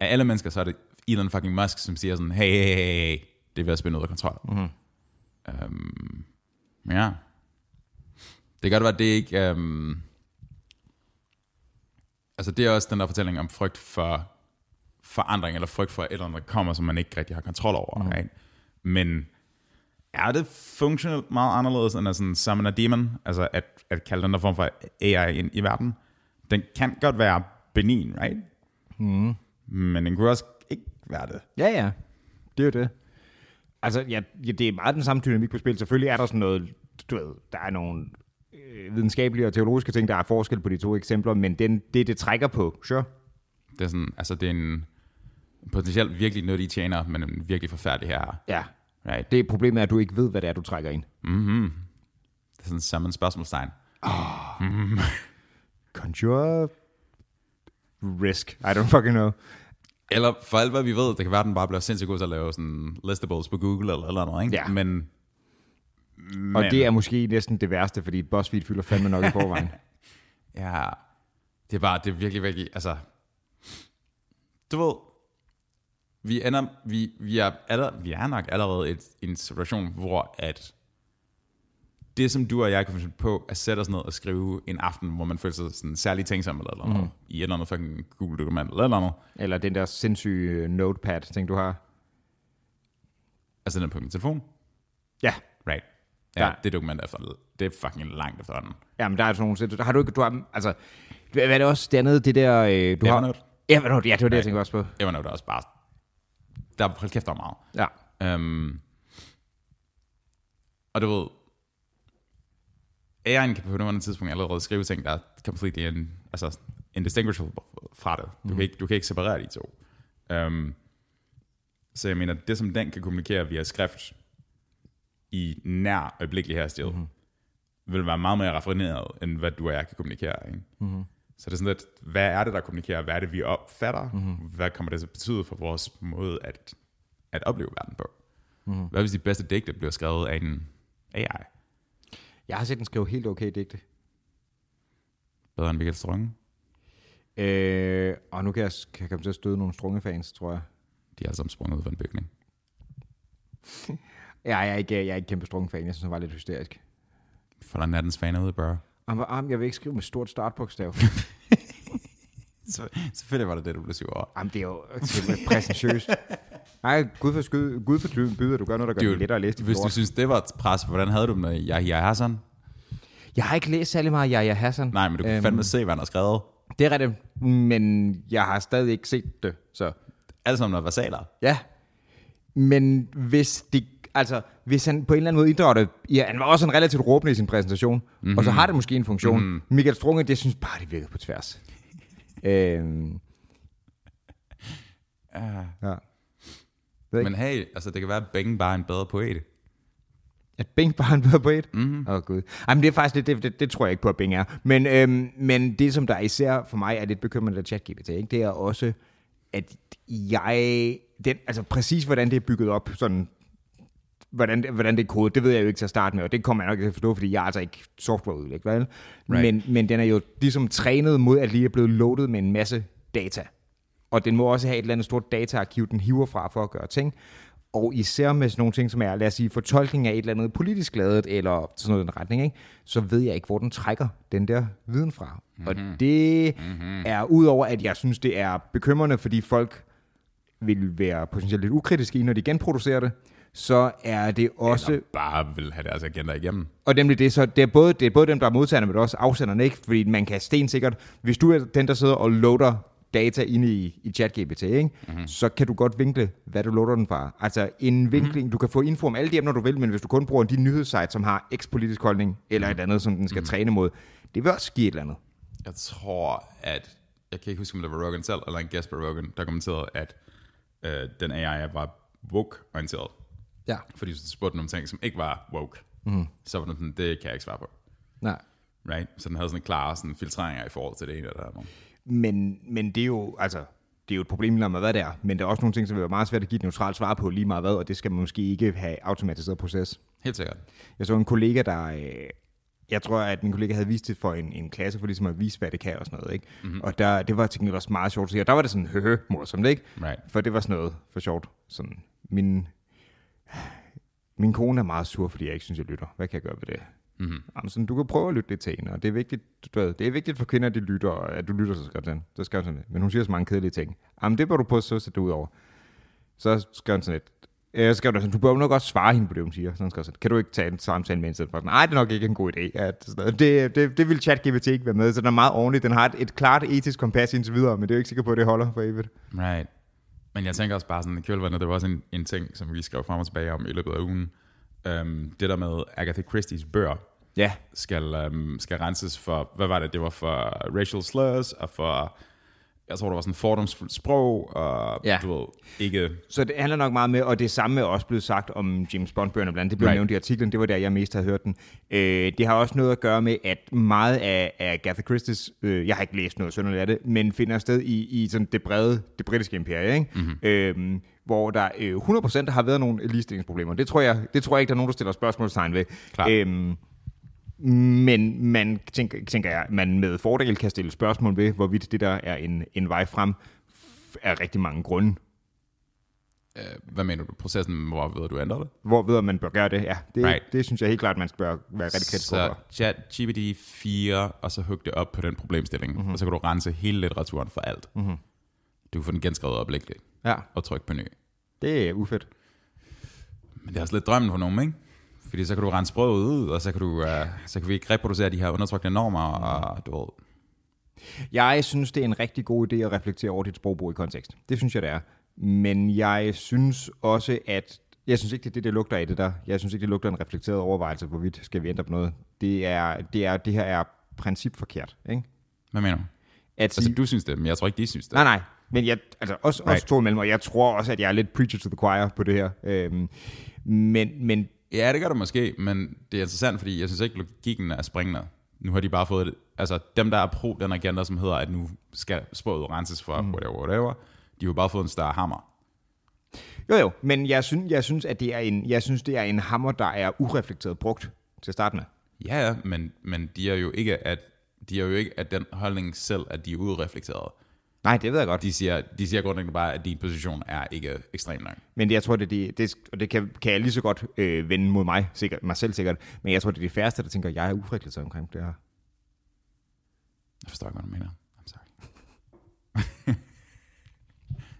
af alle mennesker, så er det Elon fucking Musk, som siger sådan, hey, hey, hey, hey, det er ved at spille ud af kontrol. Mm-hmm. Um, ja. Det kan godt være, at det ikke... Um, altså det er også den der fortælling om frygt for forandring, eller frygt for et eller andet, der kommer, som man ikke rigtig har kontrol over. Mm. Right? Men er det funktionelt meget anderledes, end at sådan summon a demon, altså at, at kalde den der form for AI ind i verden? Den kan godt være benin, right? Mm. Men den kunne også ikke være det.
Ja, ja. Det er jo det. Altså, ja, ja, det er meget den samme dynamik på spil. Selvfølgelig er der sådan noget, du ved, der er nogle øh, videnskabelige og teologiske ting, der er forskel på de to eksempler, men den, det, det trækker på, sure.
Det er sådan, altså det er en potentielt virkelig nyttig tjener, men en virkelig forfærdelig herre.
Ja.
Right?
Det problemet er, at du ikke ved, hvad det er, du trækker ind.
Det er sådan summon spørgsmålstegn.
Conjure risk. I don't fucking know.
Eller for alt hvad vi ved, det kan være, at den bare bliver sindssygt god til at lave sådan listables på Google eller eller andet, ikke?
Ja.
Men, men,
Og det er måske næsten det værste, fordi BuzzFeed fylder fandme
(laughs)
nok i forvejen.
Ja, det er bare, det er virkelig, virkelig, altså... Du ved, vi, ender, vi, vi, er, aller, vi er nok allerede et, i en situation, hvor at det, som du og jeg kan finde på at sætte os ned og skrive en aften, hvor man føler sig sådan særlig tænksom eller, eller mm. i et eller andet fucking Google-dokument eller et eller andet,
Eller den der sindssyge øh, notepad, ting du har.
altså den er på min telefon,
Ja.
right? Ja,
Ja.
ja. det dokument er, efter, det er fucking langt efterhånden.
Jamen, der er sådan nogle... der Har du ikke... Du har, altså, hvad hvad er det også? Det andet, det der... Øh, du
Evernote?
har, Evernote, ja, det var det, jeg tænkte også på.
Evernote er også bare... Der er hold kæft, der er meget.
Ja.
Um, og du ved, AI'en kan på nuværende tidspunkt allerede skrive ting, der er completely in, altså indistinguishable fra det. Du, mm. kan, ikke, du kan ikke separere de to. Um, så jeg mener, det som den kan kommunikere via skrift i nær øjeblikkelig hastighed, mm. vil være meget mere raffineret, end hvad du og jeg kan kommunikere. Ikke? Mm. Så det er sådan lidt, hvad er det, der kommunikerer? Hvad er det, vi opfatter? Mm. Hvad kommer det til at betyde for vores måde at, at opleve verden på? Mm. Hvad hvis de bedste digte bliver skrevet af en AI?
Jeg har set den skrive helt okay digte.
Bedre end Michael Strunge?
Øh, og nu kan jeg, kan jeg komme til at støde nogle strungefans, tror jeg.
De er alle sammen sprunget ud fra en bygning.
Ja, jeg er ikke, jeg er ikke kæmpe strungefan. Jeg synes, han var lidt hysterisk.
For der er nattens faner ude, bro.
Og Han var arm, jeg vil ikke skrive med
(laughs)
stort startbogstav.
Så, selvfølgelig var det det, du blev sur over.
Jamen, det er jo simpelthen præsentøst.
(laughs)
Nej, gud for, skyde, gud for byder, du gør noget, der gør det lettere at læse dit
hvis du
lort.
synes, det var et pres, hvordan havde du dem med Yahya Hassan?
Jeg har ikke læst særlig meget Yahya Hassan.
Nej, men du kan øhm. fandme se, hvad han har skrevet.
Det er rigtigt, men jeg har stadig ikke set det, så
Alle sammen er versaler.
ja. Men hvis det, altså, hvis han på en eller anden måde inddrager det, ja, han var også en relativt råbende i sin præsentation, mm-hmm.
Mhm.
og så har det måske en funktion. Mm-hmm. Michael Strunge, det synes bare, det virker på
(laughs)
tværs. øhm. Ja. Ikke?
Men hey, altså det kan være, at Bing bare er en bedre poet.
At Bing bare er en bedre poet? Åh mm-hmm. oh, gud. Ej, men det er faktisk lidt, det, det, det tror jeg ikke på, at Bing er. Men, øhm, men det, som der især for mig er lidt bekymrende af ChatGPT, ikke? det er også, at jeg... Den, altså præcis, hvordan det er bygget op, sådan, hvordan, det- hvordan det er kodet, det ved jeg jo ikke til at starte med, og det kommer jeg nok ikke til at forstå, fordi jeg er altså ikke softwareudvikler, vel? Right. Men, men den er jo ligesom trænet mod, at lige er blevet loadet med en masse data. Og den må også have et eller andet stort dataarkiv, den hiver fra for at gøre ting. Og især med sådan nogle ting, som er, lad os sige, fortolkning af et eller andet politisk ladet, eller sådan noget i den retning, ikke? så ved jeg ikke, hvor den trækker den der viden fra. Mm-hmm. Og det mm-hmm. er udover, at jeg synes, det er bekymrende, fordi folk vil være potentielt lidt ukritiske i, når de genproducerer det, så er det også...
Eller bare vil have deres agenter igennem.
Og nemlig det, så det er, både, det er både dem, der er modtagerne, men også afsenderne, ikke? Fordi man kan stensikkert, hvis du er den, der sidder og loader data inde i, i ChatGPT, ikke? Mm-hmm. så kan du godt vinkle, hvad du loader den fra. Altså en vinkling, mm-hmm. du kan få info om alle de emner, du vil, men hvis du kun bruger de nyhedssite, som har x politisk holdning, eller et andet, som den skal mm-hmm. træne mod, det vil også give et eller andet.
Jeg tror, at... Jeg kan ikke huske, om det var Rogan selv, eller en gæst på Rogan, der kommenterede, at øh, den AI var woke-orienteret.
Ja.
Fordi hvis du spurgte den om ting, som ikke var woke, mm. så var den sådan, det kan jeg ikke svare på.
Nej.
Right? Så den havde sådan klare sådan filtreringer i forhold til det ene eller det andet.
Men, men det er jo, altså, det er jo et problem, når man hvad det er. Men der er også nogle ting, som vil være meget svært at give et neutralt svar på lige meget hvad, og det skal man måske ikke have automatiseret proces.
Helt sikkert.
Jeg så en kollega, der... Øh, jeg tror, at min kollega havde vist det for en, en klasse, for ligesom at vise, hvad det kan og sådan noget. Ikke? Mm-hmm. Og der, det var til gengæld også meget sjovt at se, og der var det sådan, høhø, morsomt, ikke?
Right.
For det var sådan noget for sjovt. Sådan, min, min kone er meget sur, fordi jeg ikke synes, jeg lytter. Hvad kan jeg gøre ved det?
Mm-hmm.
Jamen, sådan, du kan prøve at lytte lidt til hende, og det er vigtigt, du ved, det er vigtigt for kvinder, at de lytter, og at du lytter, så skrev den. Så skrev sådan lidt. Men hun siger så mange kedelige ting. Jamen, det bør du prøve at søge dig ud over. Så skrev hun sådan lidt. Øh, så skrev hun sådan, du bør jo nok også svare hende på det, hun siger. Så hun skrev sådan, kan du ikke tage en samtale med hende? Så var jeg sådan, Nej, det er nok ikke en god idé. At, sådan noget. det, det, det vil ChatGPT ikke være med, så den er meget ordentlig. Den har et, et klart etisk kompas indtil videre, men det er jo ikke sikker på, at det holder for evigt.
Right. Men jeg tænker også bare sådan, kjølvandet, det var også en, en ting, som vi skrev frem og tilbage om i løbet af ugen. Um, det der med Agatha Christie's bøger
Ja,
skal, um, skal renses for, hvad var det, det var for racial slurs og for, jeg tror, der var sådan fordomsfuldt sprog, og
Ja.
ja. du ved, ikke...
Så det handler nok meget med, og det samme er også blevet sagt om James Bond-bøgerne blandt andet. Det blev right.
Right.
nævnt i artiklen, det var der, jeg mest havde hørt den. Øh, det har også noget at gøre med, at meget af, af Agatha Christie's, øh, jeg har ikke læst noget sønderligt af det, men finder sted i, i sådan det brede, det britiske imperie, ikke? Mm-hmm. Øh, hvor der øh, 100% har været nogle ligestillingsproblemer. Det tror, jeg, det tror jeg ikke, der er nogen, der stiller spørgsmålstegn ved.
Klart.
Øhm, men man tænker, tænker jeg, man med fordel kan stille spørgsmål ved, hvorvidt det der er en, en vej frem, f- af rigtig mange grunde.
Øh, hvad mener du? Processen, hvor ved du ændrer det?
hvor ved man bør gøre det. Ja, det, right.
Right.
det synes jeg helt klart, man skal bør være rigtig kritisk
Så
over.
chat GPT 4, og så hug det op på den problemstilling,
Mhm.
mm-hmm. og så kan du rense hele litteraturen for alt. Mm-hmm. Du kan få den genskrevet øjeblikkeligt,
Ja,
og trykke på ny.
det er ufedt.
Men det er også lidt drømmen for nogen, ikke? Fordi så kan du rense sproget ud, og så kan, du, øh, så kan vi ikke reproducere de her undertrykte normer, og du ved,
Jeg synes, det er en rigtig god idé at reflektere over dit sprogbrug i kontekst. Det synes jeg, det er. Men jeg synes også, at... Jeg synes ikke, det er det, det lugter af det der. Jeg synes ikke, det lugter af en reflekteret overvejelse, hvorvidt skal vi ændre på noget. Det, er, det, er, det her er principforkert, ikke?
hvad mener du?
At sige,
Altså, du synes det, men jeg tror ikke, de synes det.
Nej, nej. Men jeg, altså også, right. også
Right.
to imellem, og jeg tror også, at jeg er lidt preacher to the choir på det her. Øhm, men, men
Ja, det gør det måske, men det er interessant, fordi jeg synes ikke, logikken er springende. Nu har de bare fået, altså dem, der er pro den agenda, som hedder, at nu skal sproget renses for mm. whatever, whatever, de har jo bare fået en større hammer.
Jo jo, men jeg synes, jeg synes, at det er en, jeg synes, det er en hammer, der er ureflekteret brugt til at starte med.
Ja, ja, men, men de er jo ikke, at de er jo ikke at den holdning selv, at de er udreflekteret.
Nej, det ved jeg godt.
De siger, de siger grundlæggende bare, at din position er ikke ekstrem nok.
Men jeg tror, det, er det, det og det kan, kan jeg lige så godt øh, vende mod mig, sikkert, mig selv sikkert, men jeg tror, det er de færreste, der tænker, at jeg er ureflekteret omkring det her.
Jeg forstår ikke, hvad du mener. I'm sorry. (laughs)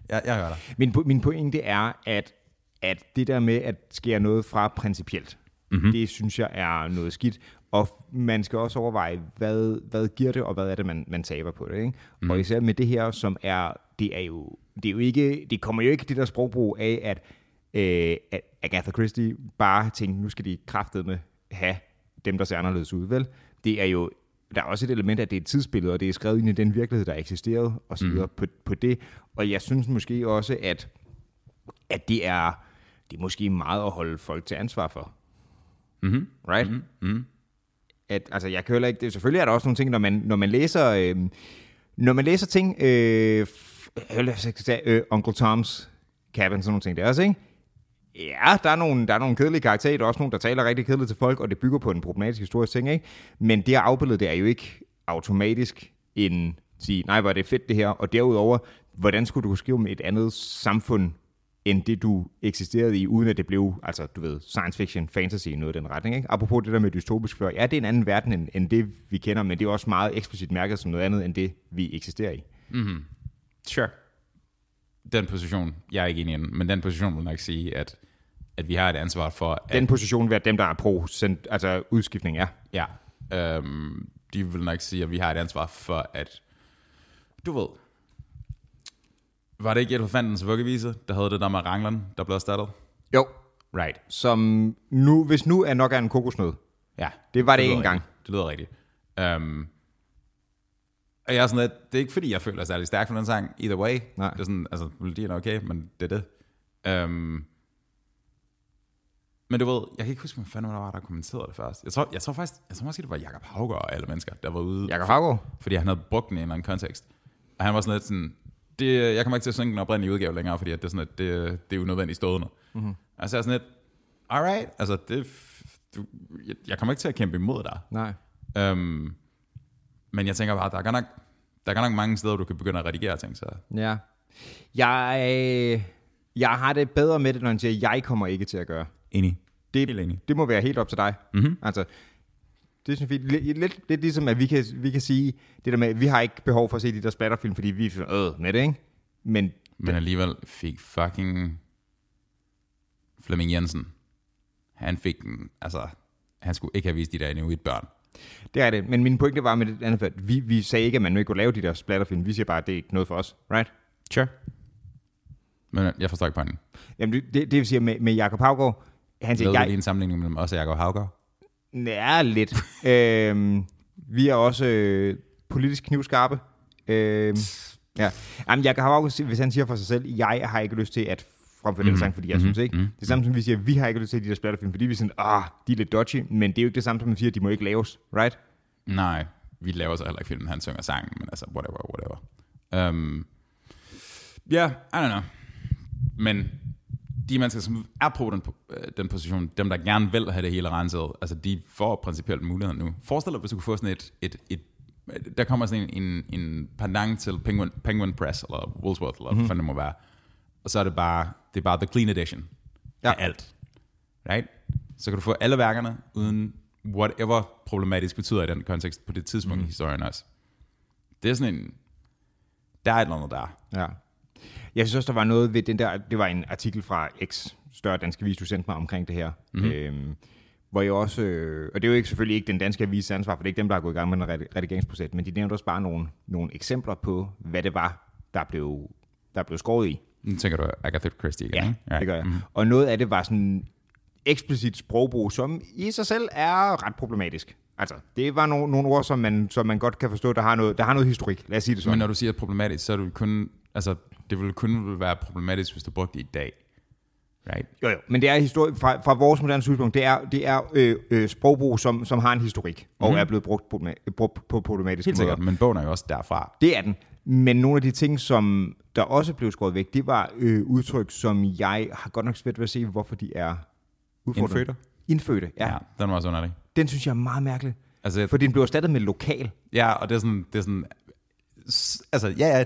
jeg, jeg hører dig.
Min, po- min pointe er, at, at det der med at skære noget fra principielt, mm-hmm. det synes jeg er noget skidt. Og f- man skal også overveje, hvad, hvad giver det, og hvad er det, man, man taber på det. Ikke? Mm. Og især med det her, som er, det er jo, det er jo ikke, det kommer jo ikke det der sprogbrug af, at, øh, at Agatha Christie bare tænkte, nu skal de kraftedeme have dem, der ser anderledes ud, vel? Det er jo der er også et element af, at det er et tidsbillede, og det er skrevet ind i den virkelighed, der eksisterede, og så videre mm. på, på det. Og jeg synes måske også, at, at det er det er måske meget at holde folk til ansvar for. Mm-hmm. Right? Mm-hmm. At, altså, jeg kan heller ikke... Det, selvfølgelig er der også nogle ting, når man, når man læser... Øh, når man læser ting... Øh, f- øh, lad os sige, øh, Uncle Tom's Cabin, sådan nogle ting der også, ikke? Ja, der er, nogle, der er nogle kedelige karakterer, der er også nogle, der taler rigtig kedeligt til folk, og det bygger på en problematisk historisk ting, ikke? Men det her afbillede, det er jo ikke automatisk en sige, nej, hvor er det fedt det her, og derudover, hvordan skulle du kunne skrive om et andet samfund end det, du eksisterede i, uden at det blev, altså du ved, science fiction, fantasy, noget i den retning. Ikke? Apropos det der med dystopisk før, ja, det er en anden verden end, end det, vi kender, men det er også meget eksplicit mærket som noget andet, end det, vi eksisterer i.
Sure. Den position, jeg er ikke enig i, den, men den position vil nok sige, at, at vi har et ansvar for, at
Den position vil være dem, der er pro, send, altså udskiftning er.
Ja. Øhm, de vil nok sige, at vi har et ansvar for, at... Du ved... Var det ikke elefantens vuggevise, der havde det der med rangleren, der blev erstattet?
Jo.
Right.
Som nu, hvis nu er nok er en kokosnød.
Ja.
Det var det
lyder
en gang.
rigtigt. Det lyder rigtigt. Øhm, og jeg er sådan lidt, det er ikke fordi, jeg føler mig særlig stærk for den sang, either way.
Nej.
Det er sådan, altså, melodien er okay, men det er det. Øhm, men du ved, jeg kan ikke huske, hvem fanden der var, der kommenterede det først. Jeg tror, jeg tror faktisk, jeg tror måske, det var Jakob Haugaard og alle mennesker, der var ude
Jakob Havgaard?
fordi han havde brugt den i en eller anden kontekst. Og han var sådan lidt sådan, det, jeg kommer ikke til at synge den oprindelige udgave længere, fordi at det er sådan, at det, det er unødvendigt stående. Mm-hmm. Altså jeg er sådan lidt, alright, altså det, er f- du, jeg, jeg kommer ikke til at kæmpe imod dig.
Nej.
Øhm, men jeg tænker bare, der er godt nok, der er godt nok mange steder, du kan begynde at redigere ting, så
Ja. Jeg, øh, jeg har det bedre med det, når han siger, jeg kommer ikke til at gøre.
enig.
Det,
Helt enig.
det må være helt op til dig. Mm-hmm. Altså, det synes jeg er fint. Lidt, lidt, lidt ligesom, at vi kan, vi kan sige det der med, at vi har ikke behov for at se de der splatterfilm, fordi vi er øh, med det, ikke? Men
Men alligevel fik fucking Flemming Jensen, han fik den, altså, han skulle ikke have vist de der endnu et børn.
det er det. Men min pointe var med det andet, at vi, vi sagde ikke, at man nu ikke kunne lave de der splatterfilm. Vi siger bare, at det er ikke noget for os, right?
Sure. Men jeg forstår ikke pointen.
Jamen, det, det, det vil sige med, med Jacob Havgaard, han siger,
Lavede jeg...
Altså, jeg,
lige en sammenligning mellem os og Jacob Haugaard?
Ja, lidt. (laughs) øhm, vi er også øh, politisk knivskarpe. Øhm, ja. Jamen, jeg kan have også, hvis han siger for sig selv, jeg har ikke lyst til at fremføre mm-hmm. den sang, fordi jeg mm-hmm. synes ikke. Mm-hmm. Det samme som vi siger, vi har ikke lyst til de der splatterfilm, fordi vi er sådan, ah, de er lidt dodgy, men det er jo ikke det samme som man siger, at de må ikke laves, right?
Nej, vi laver så heller ikke filmen, han synger sangen, men altså, whatever, whatever. Ja, um, yeah, I don't know. Men de mennesker, som er på den, øh, den position, dem, der gerne vil have det hele renset, altså de får principielt muligheden nu. Forestil dig, hvis du kunne få sådan et, et, et der kommer sådan en, en, en pendant til Penguin, Penguin Press, eller Woolworth, eller mm-hmm. hvad fanden det må være. Og så er det bare, det er bare the clean edition
Ja.
ja. af alt. Right? Så kan du få alle værkerne, uden whatever problematisk betyder i den kontekst, på det tidspunkt mm-hmm. i historien også. Det er sådan en, der er et eller andet der.
Ja. Jeg synes også, der var noget ved den der, det var en artikel fra X, større danske avis, du sendte mig omkring det her. Mm-hmm. Øhm, hvor jeg også, øh, og det er jo ikke, selvfølgelig ikke den danske avis ansvar, for det er ikke dem, der har gået i gang med den redi- redigeringsproces, men de nævnte også bare nogle, nogle eksempler på, hvad det var, der blev, der blev skåret i.
Nu tænker du Agatha Christie igen, ikke?
det gør jeg. Mm-hmm. Og noget af det var sådan eksplicit sprogbrug, som i sig selv er ret problematisk. Altså, det var nogle, nogle ord, som man, som man godt kan forstå, der har noget, der har noget historik. Lad os sige det sådan.
Men når du siger problematisk, så er det kun, altså, det ville kun være problematisk, hvis du brugte det i dag. Right?
Jo, jo. Men det er historie fra, fra vores moderne synspunkt, det er, det er øh, øh, sprogbrug, som, som har en historik, og er blevet brugt, problema- brugt på problematiske
Helt
måder.
sikkert, men bogen er jo også derfra.
Det er den. Men nogle af de ting, som der også blev skåret væk, det var øh, udtryk, som jeg har godt nok svært ved at se, hvorfor de er udfordret.
Indfødte?
Indfødte, ja.
Ja,
ja.
den var også underlig.
Den synes jeg er meget mærkelig.
Altså, jeg-
Fordi den blev erstattet med lokal.
Ja, og det er sådan, det er sådan s- altså ja, ja,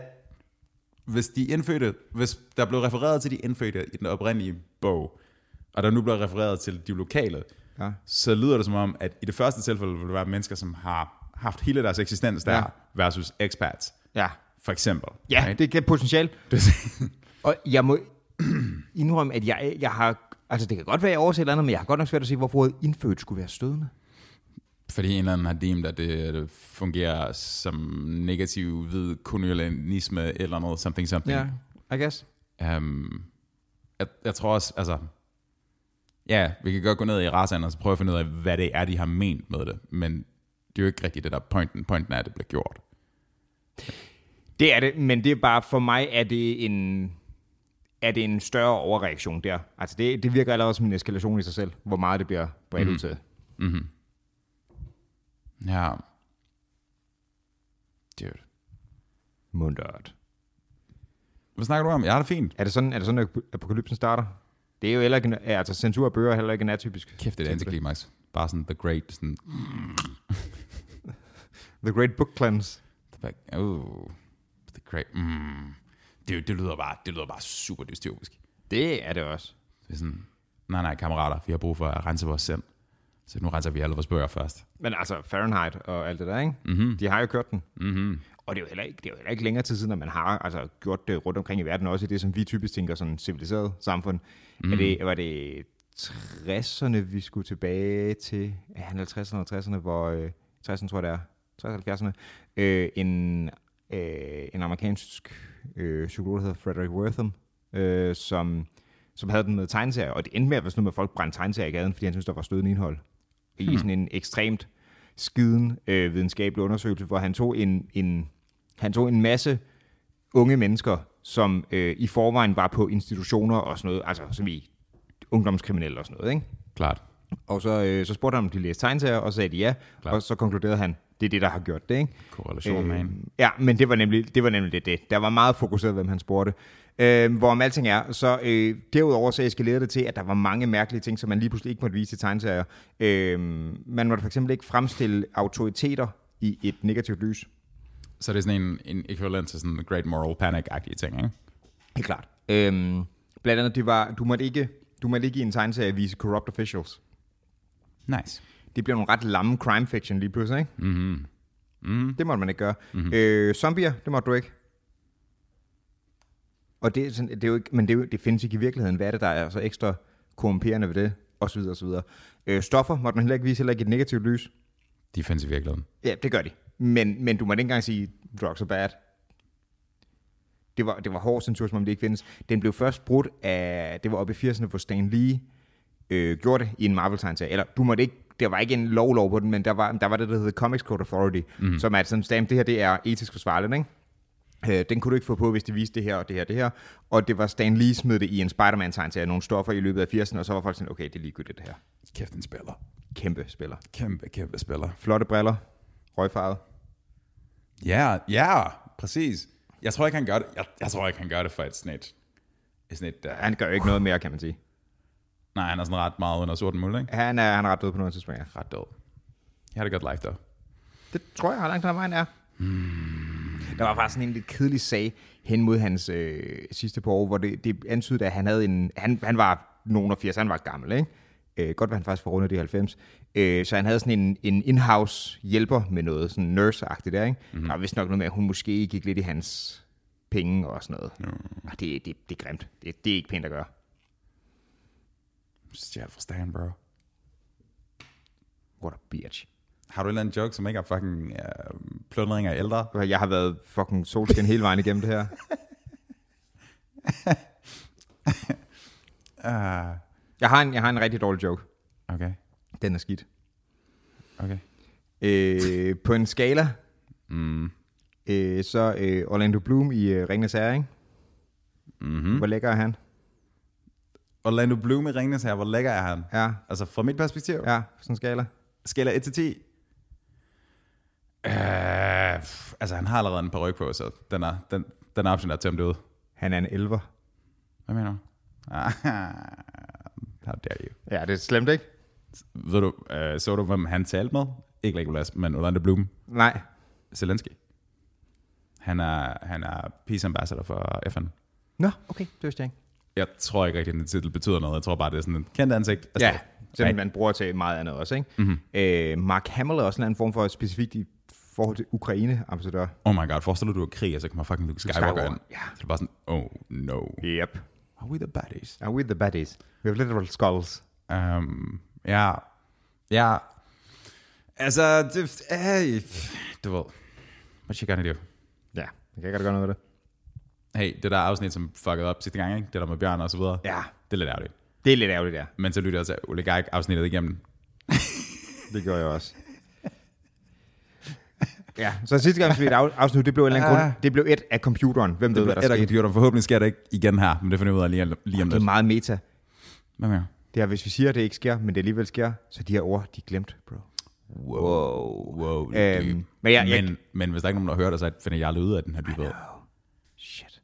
hvis de indfødte, hvis der blev refereret til de indfødte i den oprindelige bog, og der nu bliver refereret til de lokale,
Ja.
så lyder det som om, at i det første tilfælde vil det være mennesker, som har haft hele deres eksistens der,
Ja.
ja. versus expats,
Ja,
for eksempel.
ja
Right?
det kan potentielt.
Det, (laughs)
Og jeg må (clears throat) indrømme, at jeg, jeg har... Altså, det kan godt være, at jeg overser et eller andet, men jeg har godt nok svært at se, hvorfor ordet indfødt skulle være stødende.
fordi en eller anden har demt, at det, det fungerer som negativ hvid kolonialisme eller noget, something something.
I guess.
Um, jeg, jeg tror også, altså... Ja, vi kan godt gå ned i racen og så prøve at finde ud af, hvad det er, de har ment med det. Men det er jo ikke rigtigt det der pointen. Pointen er, at det bliver gjort.
Det er det, men det er bare, for mig er det en, er det en større overreaktion der. Altså det, det virker allerede som en eskalation i sig selv, hvor meget det bliver bredt ud til.
Mhm. Ja. Dude.
Mundørt.
Hvad snakker du om? Jeg har det fint.
Er det sådan, er det sådan at apokalypsen starter? Det er jo heller ikke, en, altså censur af bøger er heller ikke en atypisk.
Kæft, det er et antiklimax. Bare sådan the great, sådan...
The Great Book Cleanse.
the back- Oh, the great... Mm. Det, det lyder bare, det lyder bare super dystopisk.
Det er det også.
Det er sådan, nej, nej, kammerater, vi har brug for at rense vores sind. Så nu renser vi alle vores bøger først.
Men altså Fahrenheit og alt det der, ikke? Mm-hmm. De har jo kørt den. Mm-hmm. Og det er, jo heller ikke, det er jo heller ikke længere tid siden, at man har altså, gjort det rundt omkring i verden, også i det, som vi typisk tænker sådan civiliseret samfund. Mm. Er det, var det 60'erne, vi skulle tilbage til? Ja, 50'erne og 60'erne, hvor... Øh, 60'erne tror jeg, det er. 60'erne 70'erne. Øh, en, øh, en amerikansk øh, psykolog, der hedder Frederick Wortham, øh, som, som havde den med tegneserier. Og det endte med at være sådan noget med, at folk brændte tegneserier i gaden, fordi han syntes, der var stødende indhold i sådan en ekstremt skiden øh, videnskabelig undersøgelse, hvor han tog en, en, han tog en masse unge mennesker, som øh, i forvejen var på institutioner og sådan noget, altså som i ungdomskriminelle og sådan noget, ikke?
Klart.
Og så, øh, så spurgte han, om de læste tegneserier, og så sagde de ja,
Klart.
Klar. og så konkluderede han, det er det, der har gjort det, ikke?
Korrelation, øh, man.
Ja, men det var nemlig det. Var nemlig det, det. Der var meget fokuseret, hvem han spurgte. Øh, hvor om alting er, så øh, derudover så eskalerede det til, at der var mange mærkelige ting, som man lige pludselig ikke måtte vise til tegneserier. Øh, man måtte for eksempel ikke fremstille autoriteter i et negativt lys.
Så det er sådan en, en ekvivalent til sådan en great moral panic-agtig ting, ikke?
Helt klart. Øh, blandt andet, det var, du måtte ikke, du måtte ikke i en tegneserie vise corrupt officials.
Nice.
Det bliver nogle ret lamme crime fiction lige pludselig, ikke? Mm-hmm. Mm. Det måtte man ikke gøre. Mm-hmm. Øh, zombier, det måtte du ikke. Og det, er sådan, det er jo ikke, men det, er jo, det findes ikke i virkeligheden. Hvad er det, der er så ekstra korrumperende ved det? Og så videre, og så videre. Øh, stoffer måtte man heller ikke vise, heller ikke i et negativt lys.
De findes i virkeligheden.
Ja, det gør de. Men, men du måtte ikke engang sige, drugs are bad. Det var, det var hård censur, som om det ikke findes. Den blev først brudt af, det var oppe i 80'erne, hvor Stan Lee øh, gjorde det i en Marvel-tegneserie. Eller du måtte ikke, der var ikke en lov-lov på den, men der var, der var det, der hedder Comics Code Authority, mm. som er sådan, Stan, det her det er etisk forsvarligt, ikke? Øh, den kunne du ikke få på, hvis de viste det her og det her og det her. Og det var Stan Lee smed det i en Spider-Man-tegneserie, nogle stoffer i løbet af 80'erne, og så var folk sådan, okay, det er ligegyldigt det her.
Kæft en spiller.
Kæmpe spiller.
Kæmpe, kæmpe spiller.
Flotte briller, røgfarvet.
Ja, yeah, ja, yeah, præcis. Jeg tror ikke, han gør det. Jeg, jeg tror ikke, han gør det for et snit. Et snit, der...
Han gør jo ikke noget mere, kan man sige.
Nej, han er sådan ret meget under sorten muld, ikke?
Han er, han er ret død på noget tidspunkt, ja.
Ret død. Jeg har det godt life, dog.
Det tror jeg, har langt af vejen er. Der var faktisk sådan en lidt kedelig sag hen mod hans øh, sidste par år, hvor det, det antydede, at han havde en... Han, han var nogen af 80, han var gammel, ikke? Øh, godt, at han faktisk var rundet de 90. Øh, så han havde sådan en, en in-house hjælper med noget, sådan nurse-agtigt der, ikke? Mm-hmm. Der var vist nok noget med, at hun måske gik lidt i hans penge og sådan noget. Mm. Det, det, det er grimt. Det, det er ikke pænt at gøre.
Stjæl fra Stan, bro.
What a bitch.
Har du en eller anden joke, som ikke er fucking uh, plundring af ældre?
Jeg har været fucking solskin hele vejen igennem det her.
Uh,
Jeg har en, jeg har en rigtig dårlig joke.
okay,
Den er skidt.
okay.
Øh, på en skala,
Mm.
øh, så øh, Orlando Bloom i øh, Ringens Herre, ikke?
Mm-hmm.
Hvor lækker er han?
Orlando Bloom i Ringnes her, hvor lækker er han?
Ja,
Altså fra mit perspektiv, ja.
ja, på sådan en skala.
skala 1 til 10. Uh, altså han har allerede en par ryg på, så den er, den, den er absolut tømt ud.
Han er en elver.
Hvad mener du? Ah, (laughs) How dare you.
Ja, det er slemt, ikke?
Ved du, uh, så du, hvem han talte med? Ikke Legolas, men Orlando Bloom.
Nej.
Zelensky. Han er, han er peace ambassador for FN.
Nå, okay, det vidste jeg ikke.
Jeg tror ikke rigtig, at den titel betyder noget. Jeg tror bare, det er sådan en kendt ansigt. Altså,
Ja, som man bruger til meget andet også, ikke? Mm-hmm. Øh, Mark Hamill er også en eller anden form for specifikt i forhold til Ukraine-ambassadør.
Oh my god, forestil dig, du er krig, og så kommer fucking Luke Skywalker
Skywalker,
ind.
ja.
Så det er bare sådan, oh no.
Yep.
Are we the baddies?
Are we the baddies? We have literal skulls.
Um, ja, ja. Altså, det, hey, du ved. What you gonna do?
Ja, jeg kan ikke gøre noget ved det.
Hey, det der afsnit, som fuckede op sidste gang, ikke? Det der med Bjørn og så videre.
Ja,
Det er lidt ærgerligt.
det er lidt ærgerligt, der.
Men så lytter jeg til Oligark-afsnittet igennem.
Det gjorde jeg også. Ja, så sidste gang, vi et af- afsnit, det blev, en eller anden
Ah.
grund, det blev et af computeren. Hvem ved,
Det
hvad
blev
der
et af
skete?
computeren. Forhåbentlig sker det ikke igen her, men det finder vi ud af lige, om- lige om
Det er
lidt.
meget meta.
Hvad mere?
Det er, hvis vi siger, at det ikke sker, men det alligevel sker, så de her ord, de er glemt, bro.
Wow. Wow.
Øhm,
Øhm, men,
men
jeg,
jeg- jeg-
men, men hvis der ikke er nogen, der hører det, så finder jeg aldrig ud af den her dybhed.
Shit.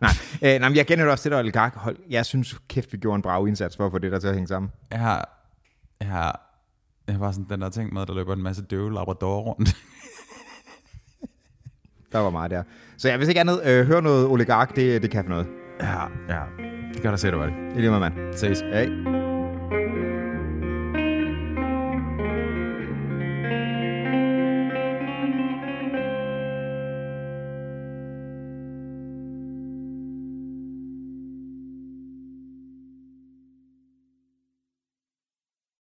Nej, øh, nej men jeg genhørte også det der oligark. Hold, jeg synes kæft, vi gjorde en brav indsats for at få det der til at hænge sammen.
Jeg har, jeg har, jeg har bare sådan den der ting med, at der løber en masse døve labrador rundt.
Der var meget der. Så ja, hvis ikke andet, øh, hør noget oligark, det, det kan for noget. Ja, ja. Det er godt at se dig, Valg.
Det er det, man.
Ses.
Hej.